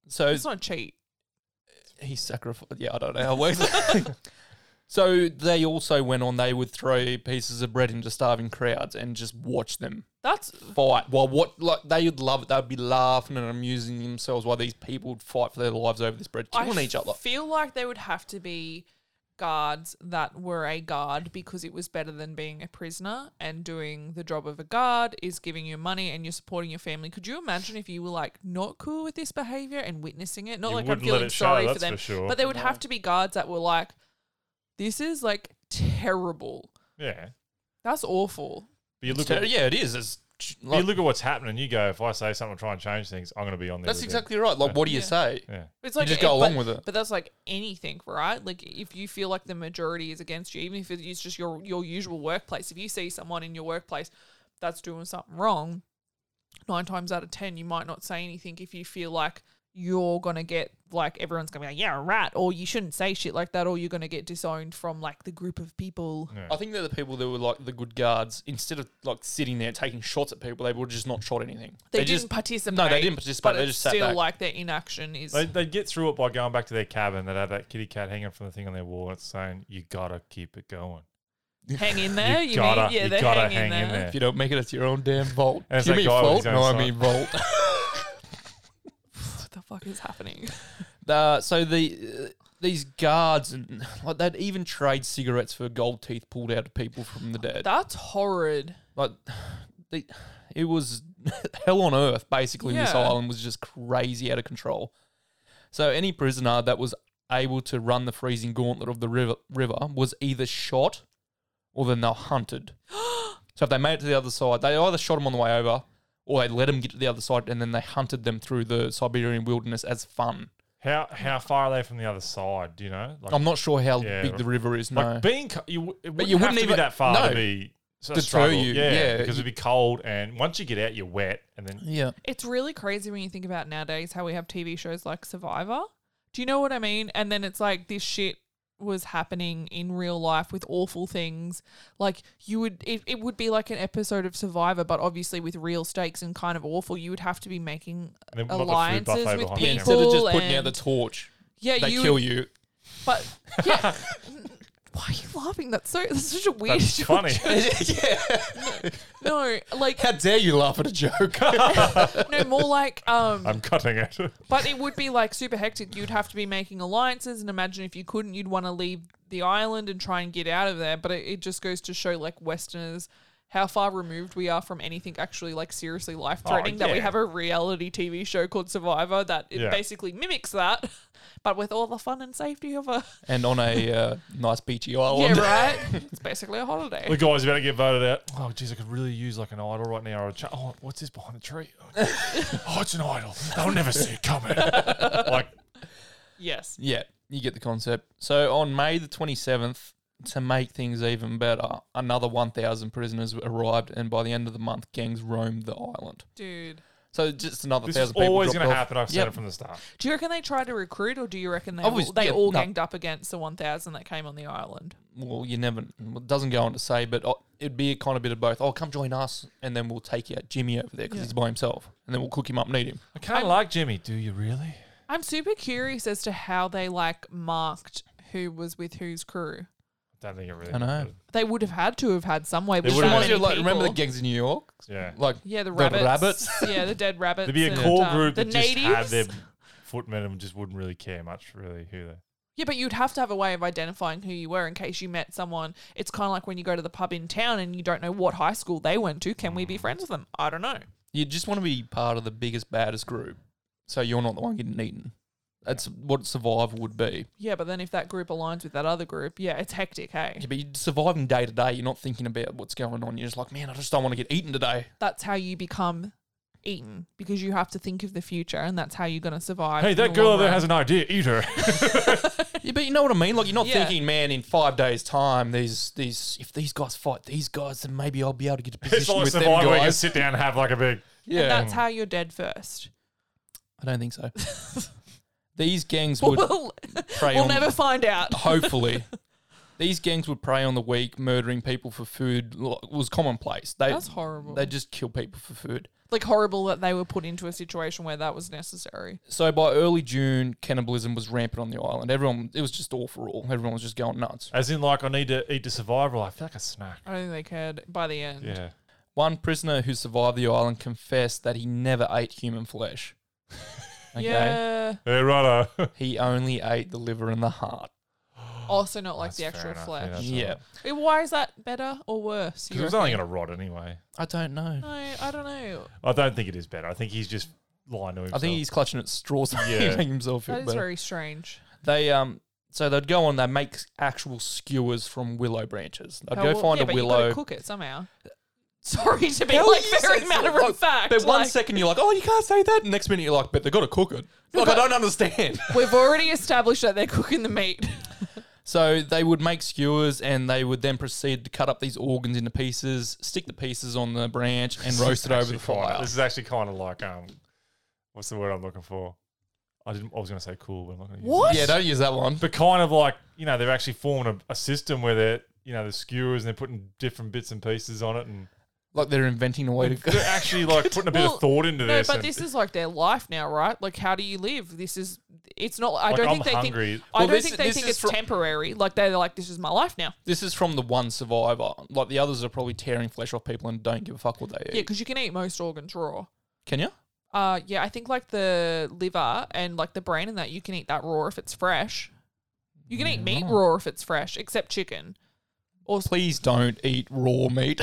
H: So
F: It's not cheap.
H: he sacrificed. Yeah, I don't know how it works. so they also went on. They would throw pieces of bread into starving crowds and just watch them
F: That's.
H: fight. While what like they would love it. They'd be laughing and amusing themselves while these people would fight for their lives over this bread, killing
F: I
H: each other.
F: feel like they would have to be guards that were a guard because it was better than being a prisoner and doing the job of a guard is giving you money and you're supporting your family. Could you imagine if you were like not cool with this behavior and witnessing it? Not
G: You
F: like I'm
G: wouldn't let
F: feeling
G: it show,
F: sorry for
G: that's
F: them,
G: for sure.
F: but there would have to be guards that were like, this is like terrible.
G: Yeah.
F: That's awful.
G: But you look.
H: It's ter-
G: at,
H: yeah, it is. It's
G: but
H: like-
G: you look at what's happening. You go. If I say something, to try and change things. I'm going to be on there.
H: that's
G: with
H: exactly right. Like, what do you
F: Yeah.
H: say?
G: It. Yeah.
F: It's
H: You
F: like
H: just go along
F: but-
H: with it.
F: But that's like anything, right? Like if you feel like the majority is against you, even if it's just your your usual workplace, if you see someone in your workplace that's doing something wrong, nine times out of ten you might not say anything if you feel like you're gonna get like everyone's gonna be like, Yeah, right, or you shouldn't say shit like that, or you're gonna get disowned from like the group of people.
H: I think they're the people that were like the good guards. Instead of like sitting there taking shots at people, they would just not shot anything.
F: They, didn't
H: just,
F: participate.
H: No, they didn't participate.
F: But
H: they
F: it's
H: just sat
F: still
H: back.
F: like their inaction is
G: They, they'd get through it by going back to their cabin. They'd have that kitty cat hanging from the thing on their wall. It's saying, "You gotta keep it going.
F: hang in there. You,
G: you gotta,
F: mean? Yeah,
G: you
F: they
G: gotta
F: hang in there.
H: if you don't make it, it's your own damn vault.
G: And it's
H: You
G: that
H: mean
G: guy with
H: vault?
G: his own
H: No, I
G: sign.
H: mean vault.
F: What the fuck is happening?
H: Uh, so the uh, these guards and like they'd even trade cigarettes for gold teeth pulled out of people from the dead.
F: That's horrid.
H: like they, it was hell on earth. Basically, this
F: Yeah.
H: island was just crazy out of control. So any prisoner that was able to run the freezing gauntlet of the river river was either shot or then they were hunted. so if they made it to the other side, they either shot them on the way over or they let them get to the other side and then they hunted them through the Siberian wilderness as fun.
G: How how far are they from the other side? Do you know? Like,
H: I'm not sure how
G: Yeah,
H: big the river is. Um, No.
G: like being co- you, w- it wouldn't
H: you
G: have
H: wouldn't
G: to be
H: even-
G: that far
H: no.
G: to be s- a
H: Deter
G: struggle.
H: you,
G: yeah,
H: yeah.
G: because it'd be cold, and once you get out, you're wet, and then
H: yeah.
F: It's really crazy when you think about nowadays how we have TV shows like Survivor. Do you know what I mean? And then it's like this shit was happening in real life with awful things. Like you would it, it would be like an episode of Survivor, but obviously with real stakes and kind of awful. You would have to be making
G: And then we've got the food
F: alliances
G: buffet
F: with people.
G: behind the
H: Yeah, instead of just putting
F: and-
H: out the torch,
F: yeah,
H: they
F: you
H: kill
F: would-
H: you.
F: But yeah. Why are you laughing? That's so that's such a weird
G: That's
F: joke.
G: funny.
F: No, like
H: How dare you laugh at a joke?
F: no more like um
G: I'm cutting it.
F: But it would be like super hectic. You'd have to be making alliances, and imagine if you couldn't, you'd want to leave the island and try and get out of there. But it, it just goes to show like Westerners how far removed we are from anything actually like seriously life threatening. That we
G: yeah.
F: have a reality TV show called Survivor that it
G: Yeah.
F: basically mimics that, but with all the fun and safety of a
H: and on a uh, nice beachy
F: yeah
H: island.
F: right. it's basically a holiday.
G: The guy's about to get voted out. Oh, geez, I could really use like an idol right now. Or a cha- oh, what's this behind the tree? Oh, it's an idol. They'll never see it coming. like,
F: yes.
H: Yeah, you get the concept. So on May the 27th, to make things even better, another 1,000 prisoners arrived, and by the end of the month, gangs roamed the island.
F: Dude.
H: So just another
G: this is
H: thousand people.
G: always
H: dropped
G: going to
H: off.
G: happen. I've said
H: Yep.
G: it from the start.
F: Do you reckon they tried to recruit or do you reckon they
H: Obvious-
F: they
H: yeah,
F: all
H: no.
F: ganged up against the one thousand that came on the island?
H: Well, you never. well, It doesn't go on to say, but uh, it'd be a kind of bit of both. Oh, come join us, and then we'll take out Jimmy over there because he's by himself, and then we'll cook him up and eat him.
G: I kind of like Jimmy. Do you really?
F: I'm super curious as to how they like marked who was with whose crew.
G: I don't think it really.
H: I know.
G: mattered.
F: They would have had to have had some way.
G: They
F: with
G: would have
F: that
H: Reminds
G: been-
H: you
F: many
H: of, like remember the
F: people.
H: gangs in New York?
G: Yeah.
H: Like
F: Yeah, the
H: the
F: rabbits.
H: rabbits.
F: yeah, the dead rabbits.
G: There'd be a
F: and,
G: core
F: um,
G: group
F: the
G: that just had their
F: natives.
G: footmen and just wouldn't really care much, really, who they.
F: Yeah, but you'd have to have a way of identifying who you were in case you met someone. It's kind of like when you go to the pub in town and you don't know what high school they went to. Can we be friends with them? I don't know.
H: You just want to be part of the biggest, baddest group, so you're not the one getting eaten. That's what survival would be.
F: Yeah, but then if that group aligns with that other group, yeah, it's hectic. Hey,
H: Yeah, but you're surviving day to day. You're not thinking about what's going on. You're just like, man, I just don't want to get eaten today.
F: that's how you become eaten because you have to think of the future, and that's how you're gonna survive.
G: Hey,
F: in
G: that
F: the
G: girl
F: long
G: there
F: run.
G: has an idea. Eat her.
H: Yeah, but you know what I mean. Like you're not
F: Yeah.
H: thinking, man, in five days' time, these these if these guys fight these guys, then maybe I'll be able to get a
G: it's
H: position
G: like
H: with them
G: survival. where You
H: guys.
G: sit down and have like a big.
F: And
H: Yeah,
F: that's how you're dead first.
H: I don't think so. these gangs would um,
F: We'll,
H: prey
F: we'll
H: on.
F: never find out.
H: hopefully. These gangs would prey on the weak, murdering people for food lo- was commonplace. They,
F: That's horrible.
H: They just kill people for food.
F: Like horrible that they were put into a situation where that was necessary.
H: So by early June, cannibalism was rampant on the island. Everyone, it was just all for all. Everyone was just going nuts.
G: As in, like, I need to eat to survival. I feel like a snack.
F: I don't think they cared by the end.
G: Yeah.
H: One prisoner who survived the island confessed that he never ate human flesh. Okay.
F: Yeah.
G: Yeah, righto.
H: He only ate the liver and the heart.
F: Also, not like the
G: That's
F: actual
G: fair enough,
F: flesh.
G: That's
H: yeah.
F: Eh,
G: all.
F: Why is that better or worse? you
G: Because it was
F: reckon?
G: only going to rot anyway.
H: I don't know.
F: No, I don't know.
G: I don't think it is better. I think he's just lying to himself.
H: I think he's clutching at straws to
G: Yeah.
H: make himself feel
F: That is
H: better.
F: very strange.
H: They um so they'd go on, they make actual skewers from willow branches. They'd
F: Oh,
H: go
F: well,
H: find
F: yeah,
H: a
F: but you gotta
H: willow.
F: cook it somehow. Sorry to be
H: How
F: like
H: are you
F: very
H: saying-
F: matter of
H: like,
F: fact.
H: But one
F: like,
H: second you're like, oh, you can't say that. And next minute you're like, but they got to cook it. Like, I don't understand.
F: We've already established that they're cooking the meat.
H: So they would make skewers and they would then proceed to cut up these organs into pieces, stick the pieces on the branch, and roast it over the
G: Actually kinda-
H: fire.
G: This is actually kind of like um, what's the word I'm looking for? I didn't. I was going to say cool, but I'm not going to. Use
H: Yeah, don't use that one.
G: it. But kind of like you know they're actually forming a, a system where they're you know the skewers and they're putting different bits and pieces on it and
H: Like they're inventing a way to.
G: they're actually like putting a bit
F: Well,
G: of thought into
F: No,
G: this.
F: but
G: and-
F: this is like their life now, right? Like, how do you live? This is. It's not. I
G: Like,
F: don't
G: I'm
F: think they
G: hungry.
F: think. I
H: Well,
F: don't
H: this-
F: think they
H: this
F: think
H: is
F: it's
H: from-
F: temporary. Like they're like, this is my life now.
H: This is from the one survivor. Like the others are probably tearing flesh off people and don't give a fuck what they eat.
F: Yeah, because you can eat most organs raw.
H: Can you?
F: Uh, yeah, I think like the liver and like the brain and that you can eat that raw if it's fresh. You can eat meat raw if it's fresh, except chicken.
H: Please don't eat raw meat.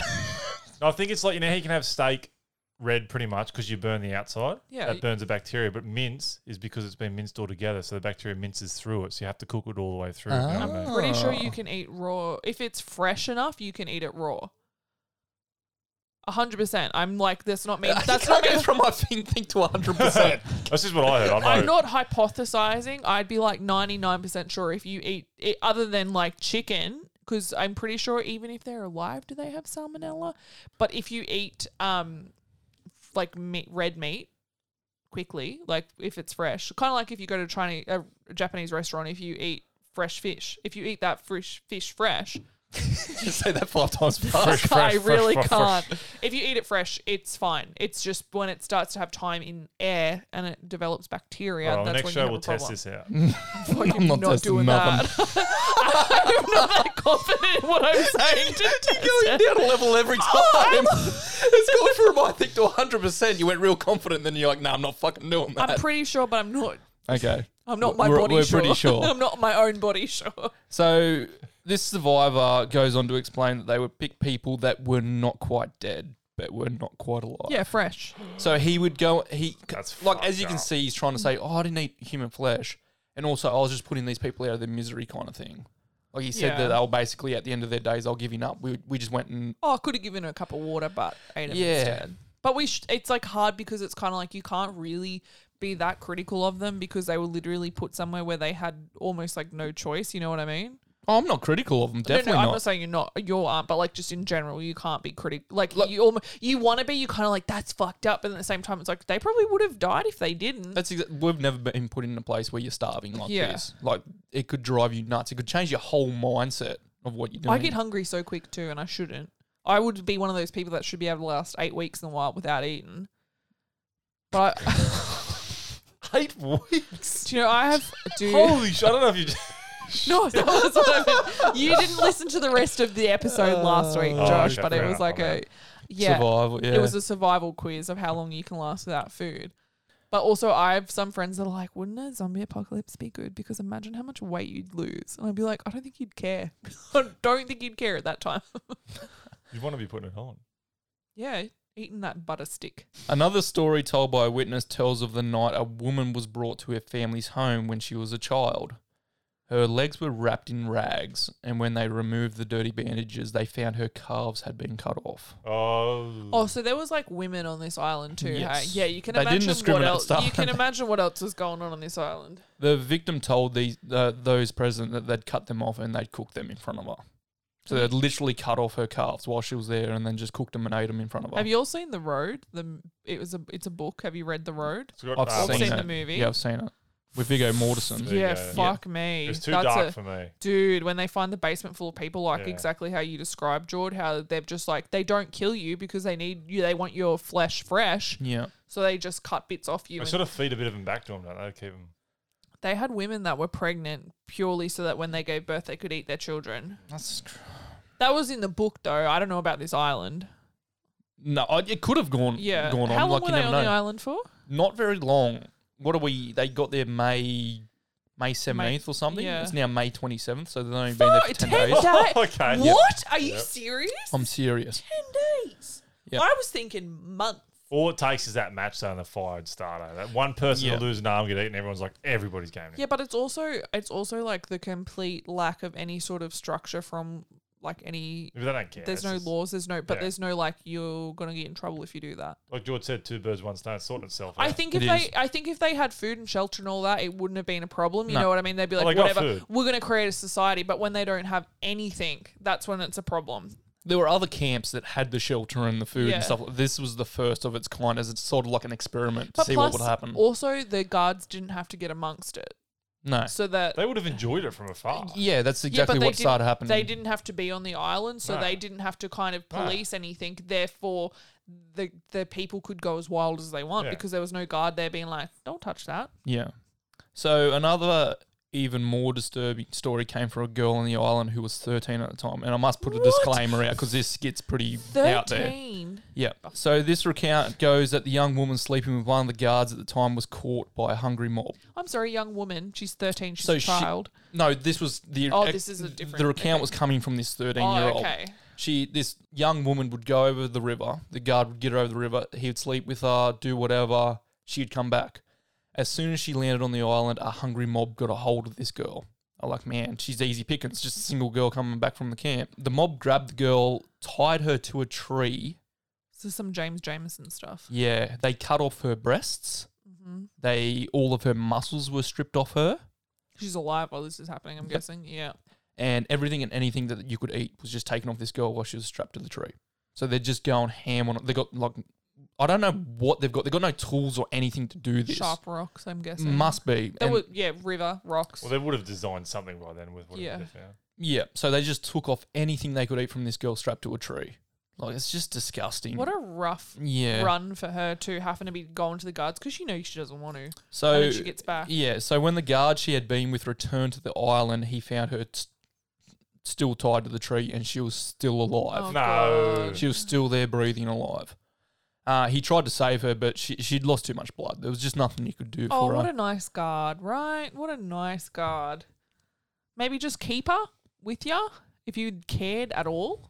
G: No, I think it's like you know how you can have steak red pretty much because you burn the outside.
F: Yeah.
G: that burns the bacteria. But mince is because it's been minced all together, so the bacteria minces through it. So you have to cook it all the way through. you know what I mean?
F: I'm
H: Oh.
F: pretty sure you can eat raw if it's fresh enough. You can eat it raw. A hundred percent. I'm like, that's not me. That's not me.
H: go from my think, think to
G: um,
H: 100%.
G: That's just what I heard. I'm,
F: I'm
G: not.
F: not hypothesizing. I'd be like 99% sure if you eat it, other than like chicken, because I'm pretty sure even if they're alive, do they have salmonella? But if you eat um, like meat, red meat, quickly, like if it's fresh. Kind of like if you go to Chinese, a Japanese restaurant, if you eat fresh fish, if you eat that fresh fish fresh,
H: Just say that five times
G: Fresh,
H: fast.
G: fresh,
F: I
G: fresh,
F: really
G: fresh,
F: can't.
G: fresh.
F: If you eat it fresh, it's fine. It's just when it starts to have time in air and it develops bacteria,
G: Well, the
F: that's
G: next
F: when
G: show
F: you have
G: we'll
F: a problem.
G: test this out.
F: Fucking
H: I'm not testing nothing.
F: I'm not that confident in what I'm saying. To test
H: You're
F: it.
H: going down a level every time. Oh, it's gone from I think to 100. percent You went real confident, then you're like, "No, nah, I'm not fucking doing that."
F: I'm pretty sure, but I'm not.
H: okay,
F: I'm not my
H: we're,
F: body
H: We're
F: sure.
H: pretty sure.
F: I'm not my own body sure.
H: So this survivor goes on to explain that they would pick people that were not quite dead, but were not quite alive.
F: Yeah, fresh.
H: So he would go. He
G: That's
H: like as you
G: fucked
H: can
G: up.
H: see, he's trying to say, "Oh, I didn't eat human flesh," and also I was just putting these people out of their misery, kind of thing. Like he said
F: Yeah.
H: that they'll basically at the end of their days, I'll giving up. We we just went and
F: Oh, I could have given her a cup of water, but ate it
H: Yeah.
F: instead. But we, sh- it's like hard because it's kind of like you can't really be that critical of them because they were literally put somewhere where they had almost like no choice. You know what I mean?
H: oh, I'm not critical of them.
F: No,
H: Definitely
F: no, I'm
H: not.
F: not saying you're not, you aren't, but like just in general, you can't be critical. Like you almost, you want to be, you kind of like that's fucked up, but at the same time, it's like they probably would have died if they didn't.
H: That's exa- we've never been put in a place where you're starving like
F: Yeah.
H: this. Like it could drive you nuts. It could change your whole mindset of what you're doing.
F: I get hungry so quick too, and I shouldn't. I would be one of those people that should be able to last eight weeks in the wild without eating. But I,
H: eight weeks.
F: do you know I have? Do
H: Holy shit! I don't know if you.
F: no, that was what I meant. You didn't listen to the rest of the episode last week,
G: Oh,
F: Josh.
G: okay,
F: but
G: fair
F: it was
G: enough,
F: like
G: I'm
F: a yeah,
H: Survival, yeah.
F: it was a survival quiz of how long you can last without food. But also, I have some friends that are like, "Wouldn't a zombie apocalypse be good? Because imagine how much weight you'd lose." And I'd be like, "I don't think you'd care. I don't think you'd care at that time."
G: You want to be putting it on.
F: yeah, eating that butter stick.
H: Another story told by a witness tells of the night a woman was brought to her family's home when she was a child. Her legs were wrapped in rags, and when they removed the dirty bandages, they found her calves had been cut off.
G: Oh,
F: Oh, so there was like women on this island too. Hey?
H: Yes.
F: Yeah, you can
H: They didn't
F: imagine what
H: discriminate at
F: else.
H: the
F: You can
H: start.
F: imagine what else was going on on this island.
H: The victim told these uh, those present that they'd cut them off and they'd cooked them in front of her. So they'd
F: Mm.
H: literally cut off her calves while she was there, and then just cooked them and ate them in front of her.
F: Have you all seen The Road? The it was a it's a book. Have you read The Road?
G: It's got-
H: I've
G: ah,
F: I've
H: seen,
F: seen
H: it.
F: the movie.
H: Yeah, I've seen it with Viggo Mortensen.
G: There you
F: Yeah,
G: go.
F: fuck me.
G: It was too
F: That's
G: dark
F: a,
G: for me.
F: Dude, when they find the basement full of people, like
G: Yeah.
F: exactly how you described, Jord, how they're just like they don't kill you because they need you. They want your flesh fresh,
H: Yeah,
F: so they just cut bits off you.
G: I
F: and
G: Mm. sort of feed a bit of them back to them. Don't they? Keep them.
F: they had women that were pregnant purely so that when they gave birth, they could eat their children.
H: that's
F: That was in the book, though. I don't know about this island.
H: no. I, it could have gone.
F: Yeah.
H: gone on.
F: How long
H: like,
F: were
H: you
F: they
H: never
F: on
H: know.
F: the island for?
H: not very long. What are we? They got there May May seventeenth or something.
F: yeah.
H: It's now May twenty seventh, so they've only been there for ten, days.
F: days.
G: Okay. Yep.
F: What? Are you serious?
H: I'm serious.
F: 10 days.
H: Yep.
F: I was thinking months.
G: All it takes is that match though, and the fire and starter. That one person
H: Yeah.
G: will lose an arm, get eaten. Everyone's like, everybody's game.
F: Yeah, but it's also it's also like the complete lack of any sort of structure from like any
G: But they don't care.
F: there's
G: It's
F: no
G: just-
F: laws, there's no but
G: yeah.
F: there's no like you're gonna get in trouble if you do that.
G: Like George said, two birds, one stone. It's sorting itself.
F: I
G: out.
F: think if
H: It
F: they
H: is.
F: I think if they had food and shelter and all that, it wouldn't have been a problem. You
H: No.
F: know what I mean? They'd be
G: Well,
F: like,
G: they got
F: whatever,
G: food.
F: we're gonna create a society, but when they don't have anything, that's when it's a problem.
H: There were other camps that had the shelter and the food
F: Yeah.
H: and stuff. This was the first of its kind, as it's sort of like an experiment to
F: But
H: see
F: plus,
H: what would happen.
F: also the guards didn't have to get amongst it.
H: no,
F: So that
G: they would have enjoyed it from afar.
H: yeah, that's exactly
F: they
H: what
F: didn't-
H: started happening.
F: They didn't have to be on the island, so
G: No.
F: they didn't have to kind of police anything. Therefore, the the people could go as wild as they want
G: Yeah.
F: because there was no guard there being like, "Don't touch that."
H: Yeah. So another even more disturbing story came from a girl on the island who was 13 at the time, and I must put a disclaimer out because this gets pretty out there.
F: Thirteen.
H: Yeah. So this recount goes that the young woman sleeping with one of the guards at the time was caught by a hungry mob.
F: I'm sorry, young woman. She's thirteen. She's
H: So
F: a
H: she-
F: child.
H: No, this was the
F: Oh, this is a different-
H: the recount
F: okay.
H: was coming from this thirteen
F: Oh,
H: year old.
F: okay.
H: She this young woman would go over the river. The guard would get her over the river. He would sleep with her, do whatever. She'd come back. As soon as she landed on the island, a hungry mob got a hold of this girl. I'm like, man, she's easy pickings. Just a single girl coming back from the camp. The mob grabbed the girl, tied her to a tree,
F: This is some James Jameson stuff.
H: yeah, they cut off her breasts. They all of her muscles were stripped off her,
F: She's alive while this is happening. I'm guessing. Yeah.
H: and everything and anything that you could eat was just taken off this girl while she was strapped to the tree. So they're just going ham on it. They got like I don't know what they've got. They've got no tools or anything to do this.
F: Sharp rocks, I'm guessing.
H: Must be.
F: That
H: And-
F: was, yeah, river, rocks.
G: Well, they would have designed something by then with whatever
F: Yeah.
G: they found.
H: yeah. So they just took off anything they could eat from this girl strapped to a tree. Like it's just disgusting.
F: what a rough
H: yeah.
F: run for her to having to be going to the guards because she knows she doesn't want to.
H: So
F: And then she gets back.
H: Yeah. So when the guard she had been with returned to the island, he found her t- still tied to the tree, and she was still alive.
F: Oh,
G: No.
F: God.
H: She was still there, breathing alive. Uh, he tried to save her, but she, she'd lost too much blood. There was just nothing he could do
F: Oh,
H: for
F: what
H: her.
F: a nice guard, right? What a nice guard. Maybe just keep her with you if you cared at all.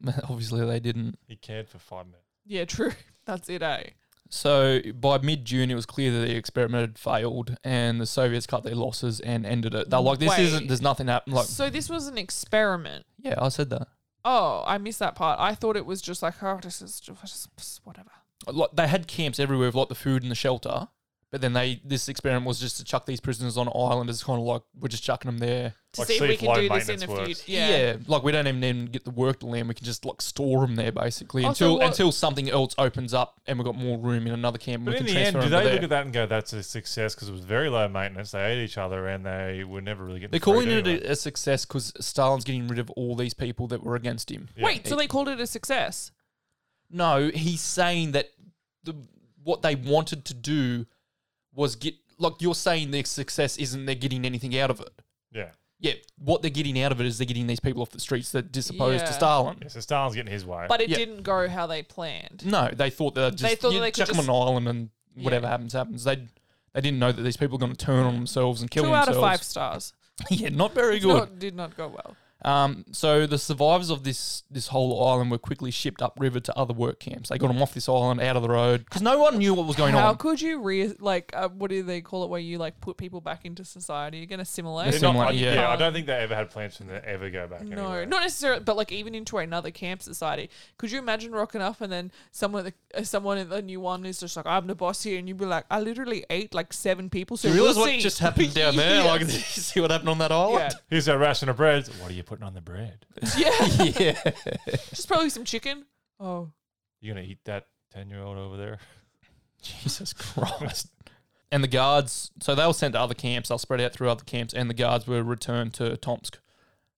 H: Obviously, they didn't.
G: He cared for five minutes.
F: Yeah, true. That's it, eh?
H: So by mid June, it was clear that the experiment had failed, and the Soviets cut their losses and ended it. They're like, "This
F: Wait.
H: isn't. There's nothing happening." Like,
F: so this was an experiment.
H: yeah, I said that.
F: Oh, I missed that part. I thought it was just like, oh, this is just, just whatever.
H: Like, they had camps everywhere with like the food and the shelter, but then they this experiment was just to chuck these prisoners on an island. It's kind of like we're just chucking them there.
F: To
G: Like,
F: see if
G: see
F: we
G: if
F: can
G: low
F: do this in
G: maintenance
F: a few.
G: works.
F: Yeah.
H: like we don't even need to get the work to land. We can just like store them there basically
F: Oh, so
H: until
F: what-
H: until something else opens up and we've got more room in another camp. and
G: But
H: we
G: in
H: can
G: the end,
H: transfer
G: do
H: them
G: they
H: to
G: look
H: there.
G: at that and go, "That's a success" because it was very low maintenance. They ate each other, and they were never really getting.
H: They're
G: the fruit
H: calling it
G: anyway.
H: a, a success because Stalin's getting rid of all these people that were against him.
G: Yeah.
F: Wait, so they called it a success?
H: No, he's saying that the what they wanted to do was get like you're saying their success isn't they're getting anything out of it.
G: yeah.
H: Yeah, what they're getting out of it is they're getting these people off the streets that disopposed
F: Yeah.
H: to Stalin.
G: Yeah, so Stalin's getting his way.
F: But it
H: Yeah.
F: didn't go how they planned.
H: No, they thought that just
F: They thought
H: you
F: that they could
H: chuck them
F: just-
H: on an island and whatever
F: Yeah.
H: happens happens. They they didn't know that these people were going to turn on themselves and kill
F: Two out
H: themselves.
F: of five stars.
H: yeah, not very good.
F: Not, did not go well.
H: Um, so the survivors of this this whole island were quickly shipped upriver to other work camps. They got them off this island, out of the road, because no one knew what was going
F: How
H: on.
F: could you re like uh, what do they call it where you like put people back into society again assimilate? Oh,
G: They're
H: Yes,
G: not-
H: Assimilate,
G: I-
H: yeah.
G: I don't think they ever had plans for them to ever go back.
F: No,
G: anywhere.
F: not necessarily, but like even into another camp society. Could you imagine rocking up and then someone, at the, uh, someone in the new one is just like, "I'm the boss here," and you'd be like, "I literally ate like seven people." So
H: Do you realize
F: we'll
H: what
F: see."
H: just happened down there?
F: Yeah.
H: Like, did you see what happened on that
F: yeah,
H: island?
G: Here's our ration of bread. What are you putting on the bread?
F: yeah,
H: Yeah.
F: just probably some chicken. Oh,
G: You're gonna eat that ten-year-old over there.
H: Jesus Christ. And the guards, so they were sent to other camps. They were spread out through other camps, and the guards were returned to Tomsk.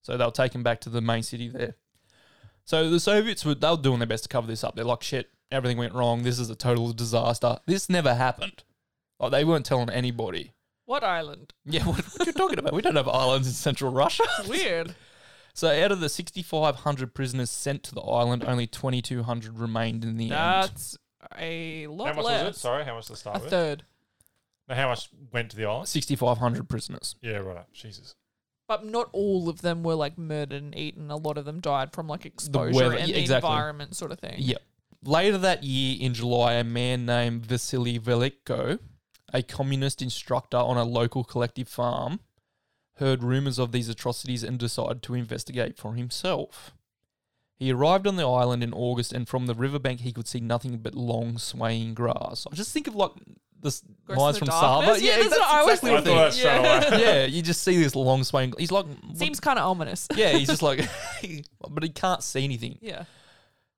H: So they were taken back to the main city there. So the Soviets were they were doing their best to cover this up. They're like, shit, everything went wrong. This is a total disaster. This never happened. Like they weren't telling anybody.
F: what island?
H: Yeah, what, what you talking about? We don't have islands in central Russia.
F: Weird.
H: So out of the 6,500 prisoners sent to the island, only 2,200 remained in the end.
F: That's a lot
G: how much
F: less.
G: was it? Sorry, how much to start
F: A
G: with?
F: third,
G: No, how much went to the island?
H: 6,500 prisoners.
G: Yeah, right. Jesus.
F: but not all of them were like murdered and eaten. A lot of them died from like exposure
H: weather-
F: and
H: yeah,
F: the
H: exactly.
F: environment, sort of thing.
H: Yep. Later that year in July, a man named Vasily Veliko, a communist instructor on a local collective farm, heard rumors of these atrocities and decided to investigate for himself. He arrived on the island in August, and from the riverbank, he could see nothing but long, swaying grass. I just think of like this
F: Ghost in
H: lines
F: the
H: from
F: Darkness?
H: Saba.
F: Yeah, that's what I was
H: exactly what
G: I thought
H: think.
G: that straight away.
H: yeah, you just see this long, swaying. He's like, what-
F: Seems kind of ominous.
H: yeah, he's just like, but he can't see anything.
F: yeah.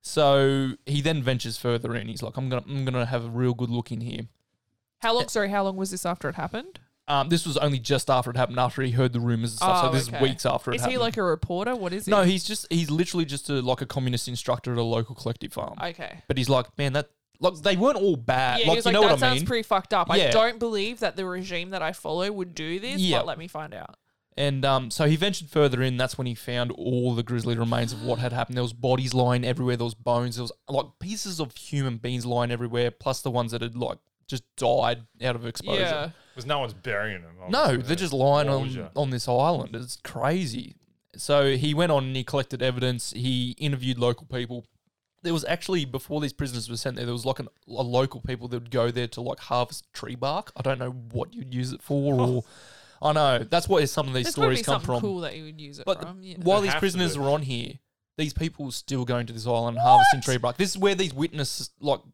H: So he then ventures further in. He's like, I'm gonna I'm gonna have a real good look in here.
F: How long? Sorry, how long was this after it happened?
H: Um, this was only just after it happened, after he heard the rumors and stuff.
F: Oh,
H: so this
F: okay.
H: is weeks after it
F: Is
H: happened.
F: he like a reporter? What is he?
H: no, he's just he's literally just a, like a communist instructor at a local collective farm.
F: Okay.
H: But he's like, man, that like they weren't all bad.
F: Yeah, he
H: Uh, like
F: was
H: you
F: like,
H: know
F: that
H: what I
F: sounds
H: mean.
F: pretty fucked up. I
H: Yeah.
F: don't believe that the regime that I follow would do this,
H: Yeah.
F: but let me find out.
H: and um, so he ventured further in. That's when he found all the grisly remains of what had happened. There was bodies lying everywhere. There was bones. There was like pieces of human beings lying everywhere, plus the ones that had like just died out of exposure.
F: Yeah.
G: Because no one's burying them.
H: No, they're just lying on,
G: Exposure.
H: on this island. It's crazy. So he went on and he collected evidence. He interviewed local people. There was actually before these prisoners were sent there, there was like an, a local people that would go there to like harvest tree bark. I don't know what you'd use it for, or I know that's where some of these
F: There's probably
H: stories come
F: something
H: from.
F: cool that you would use it
H: But the-
F: from. you know.
H: while
G: They
H: these
G: have to
H: prisoners
G: do.
H: were on here, these people were still going to this island harvesting tree bark. This is where these witness like
F: Did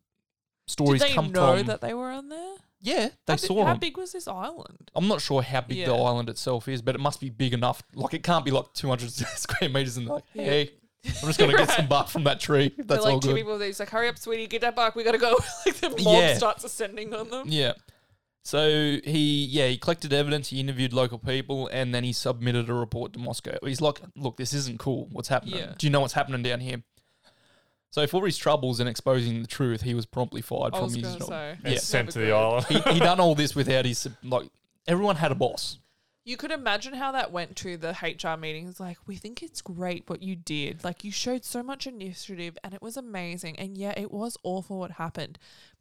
H: stories
F: they
H: come
F: know
H: from.
F: that they were on there?
H: yeah, they
F: how big,
H: saw
F: How
H: them.
F: big was this island?
H: I'm not sure how big
F: Yeah.
H: the island itself is, but it must be big enough. Like it can't be like 200 square meters. And like, hey, I'm just gonna get some bark from that tree. if That's
F: They're like
H: all
F: two
H: good.
F: people. They're just like, "Hurry up, sweetie, get that bark. We gotta go." like the mob
H: Yeah.
F: starts ascending on them.
H: Yeah. So he, yeah, he collected evidence, he interviewed local people, and then he submitted a report to Moscow. He's like, look, this isn't cool. What's happening?
F: Yeah.
H: Do you know what's happening down here? So for his troubles in exposing the truth, he was promptly fired
F: I
H: from
F: was
H: his
F: gonna
H: job.
F: say.
H: Yeah.
G: and sent to the
F: Never
G: island.
H: he, he done all this without his sub- like everyone had a boss.
F: You could imagine how that went to the HR meetings. Like, we think it's great what you did. Like, you showed so much initiative and it was amazing. And yeah, it was awful what happened.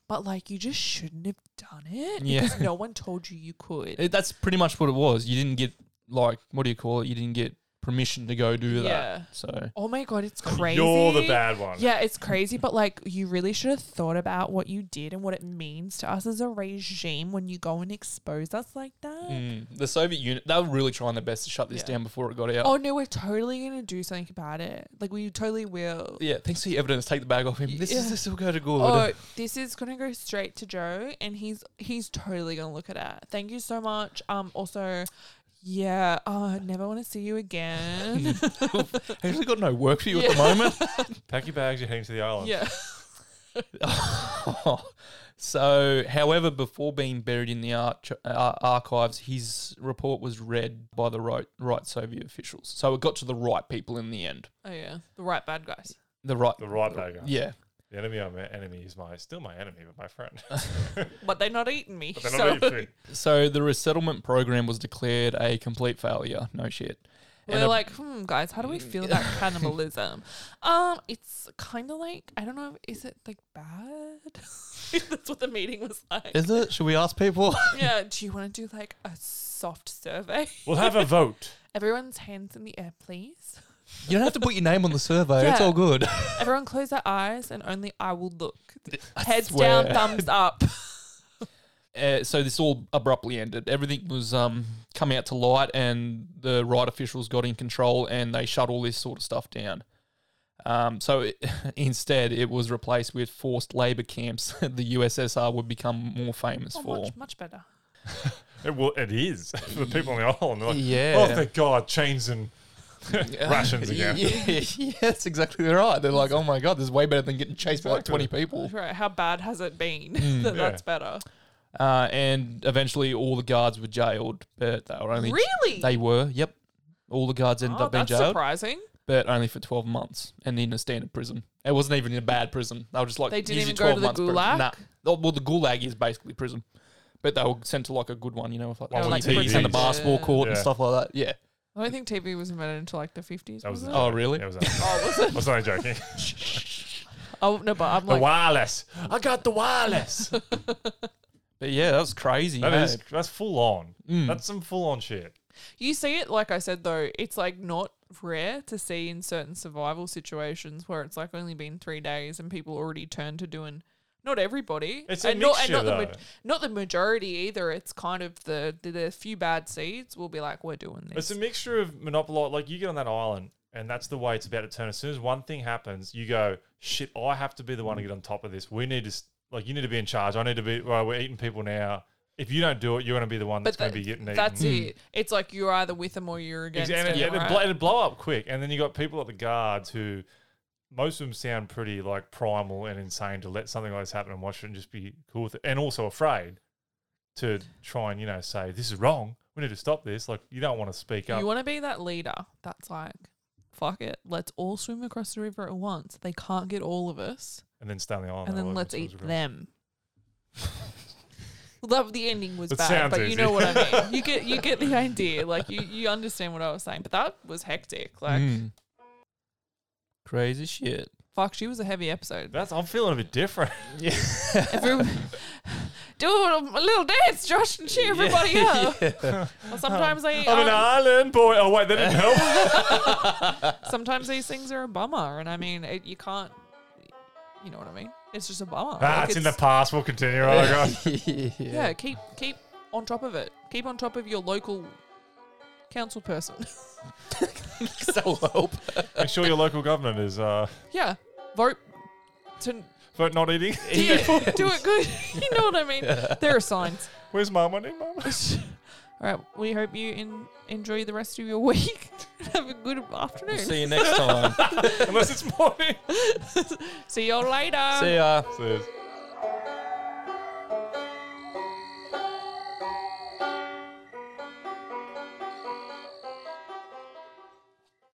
F: But, like, you just shouldn't have done it
H: Yeah.
F: because no one told you you could.
H: It, that's pretty much what it was. You didn't get like what do you call it? You didn't get permission to go do
F: Yeah.
H: that. So
F: oh my God, it's crazy.
G: You're the bad one.
F: Yeah, it's crazy, but like you really should have thought about what you did and what it means to us as a regime when you go and expose us like that.
H: mm, the Soviet Union, they were really trying their best to shut this
F: Yeah.
H: down before it got out.
F: Oh no, we're totally gonna do something about it. Like we totally will.
H: Yeah, thanks for your evidence. Take the bag off him. This
F: Yeah.
H: is this will go to good.
F: Oh, this is gonna go straight to Joe, and he's he's totally gonna look at it. Thank you so much. Um, also, yeah, uh, never want to see you again.
H: I actually got no work for you at the moment.
G: Pack your bags, you're heading to the island.
F: yeah,
H: so, however, before being buried in the arch- uh, archives, his report was read by the right, right Soviet officials. So it got to the right people in the end.
F: oh yeah, the right bad guys.
H: The right,
G: The right bagger.
H: yeah.
G: The enemy of my enemy is my still my enemy, but my friend.
F: But they're not eating me.
G: They're not
F: so
G: eating food.
H: So the resettlement program was declared a complete failure. No shit.
F: we're
H: And a-
F: like, hmm, guys, how do we feel about cannibalism? Um, it's kind of like I don't know, is it like bad? That's what the meeting was like.
H: Is it? Should we ask people?
F: yeah, do you want to do like a soft survey?
G: We'll have a vote.
F: Everyone's hands in the air, please.
H: you don't have to put your name on the survey. It's
F: Yeah.
H: all good.
F: Everyone close their eyes and only I will look.
H: I
F: Heads
H: swear.
F: down, thumbs up.
H: uh, so this all abruptly ended. Everything was um, come out to light, and the right officials got in control, and they shut all this sort of stuff down. Um, so it, instead, it was replaced with forced labor camps. that the USSR would become more famous
F: Oh,
H: for.
F: much, much better.
G: It will it is. For the people on the island. They're like,
H: Yeah.
G: Oh thank God, chains and rations
H: yeah,
G: again.
H: yeah, that's exactly right. They're like, oh my god, this is way better than getting chased by like twenty people.
F: Right, how bad has it been?
H: Mm,
F: that
G: Yeah.
F: That's better.
H: Uh, and eventually, all the guards were jailed, but they were only
F: Really?
H: they were. Yep, all the guards ended
F: Oh,
H: up being
F: that's
H: jailed.
F: surprising.
H: but only for 12 months and in a standard prison. It wasn't even in a bad prison. They were just like,
F: They didn't
H: "Here's
F: even
H: your
F: go to
H: 12
F: the
H: months prison."
F: gulag?
H: Nah. Oh, Well, the gulag is basically prison, but they were sent to like a good one, you know, with like
G: Oh,
H: TVs
G: like
H: and the
G: prisons.
H: basketball court and
G: Yeah.
H: stuff like that. Yeah.
F: I don't think TV was invented until like the 50s.
G: That
F: Was
G: was
F: it?
G: a
H: Oh,
G: joke.
H: really?
G: That was a- I was only joking.
F: Oh, no, but I'm
G: the
F: like,
G: wireless. I got the wireless. That
H: But yeah, that was crazy.
G: is
H: eh?
G: that's full on.
F: Mm.
G: That's some full on shit.
F: you see it, like I said, though, it's like not rare to see in certain survival situations where it's like only been three days and people already turned to doing. Not everybody,
G: It's a
F: and not, and
G: mixture,
F: not the
G: though.
F: ma- not the majority either. It's kind of the, the the few bad seeds will be like, we're doing this.
G: It's a mixture of monopoly. Like you get on that island, and that's the way it's about to turn. As soon as one thing happens, you go, "Shit, I have to be the one to get on top of this. We need to, s- like, you need to be in charge. I need to be. Well, we're eating people now. If you don't do it, you're going to be the one that's going to be
F: that-
G: getting eaten.
F: That's it. It's like you're either with them or you're against
G: Exa- and
F: them.
G: it, and it
F: right?
G: bl- it'd blow up quick. And then you got people at the guards who, most of them sound pretty like primal and insane to let something like this happen and watch it and just be cool with it, and also afraid to try and you know say this is wrong. We need to stop this. Like you don't want to speak up.
F: You want to be that leader that's like, fuck it, let's all swim across the river at once. They can't get all of us,
G: and then stay on the island.
F: and
G: all
F: then
G: over
F: let's
G: themselves
F: eat
G: real-
F: them. Love the ending was
G: That
F: bad,
G: sounds
F: but you
G: easy.
F: know what I mean. You get you get the idea. Like you you understand what I was saying. But that was hectic. Like
H: Mm. Crazy shit.
F: fuck, she was a heavy episode.
G: That's I'm feeling a bit different.
H: Yeah.
F: Everyone, do a little dance, Josh, and cheer everybody up. Or Sometimes I
G: I'm an
F: um,
G: island boy. Oh wait, that didn't help.
F: sometimes these things are a bummer, and I mean, it, you can't, you know what I mean? It's just a bummer.
G: ah,
F: Like,
G: it's, in the past. We'll continue. Oh my god.
F: Yeah, keep keep on top of it. Keep on top of your local council person.
H: so hope.
G: Make sure your local government is uh,
F: yeah, vote to
G: vote not eating.
F: yeah, do it good. you know what I mean? There are signs.
G: Where's mum? I need mum.
F: All right. We hope you in, enjoy the rest of your week. Have a good afternoon.
H: We'll see you next time.
G: Unless it's morning.
F: See you all later.
H: see ya.
G: Says-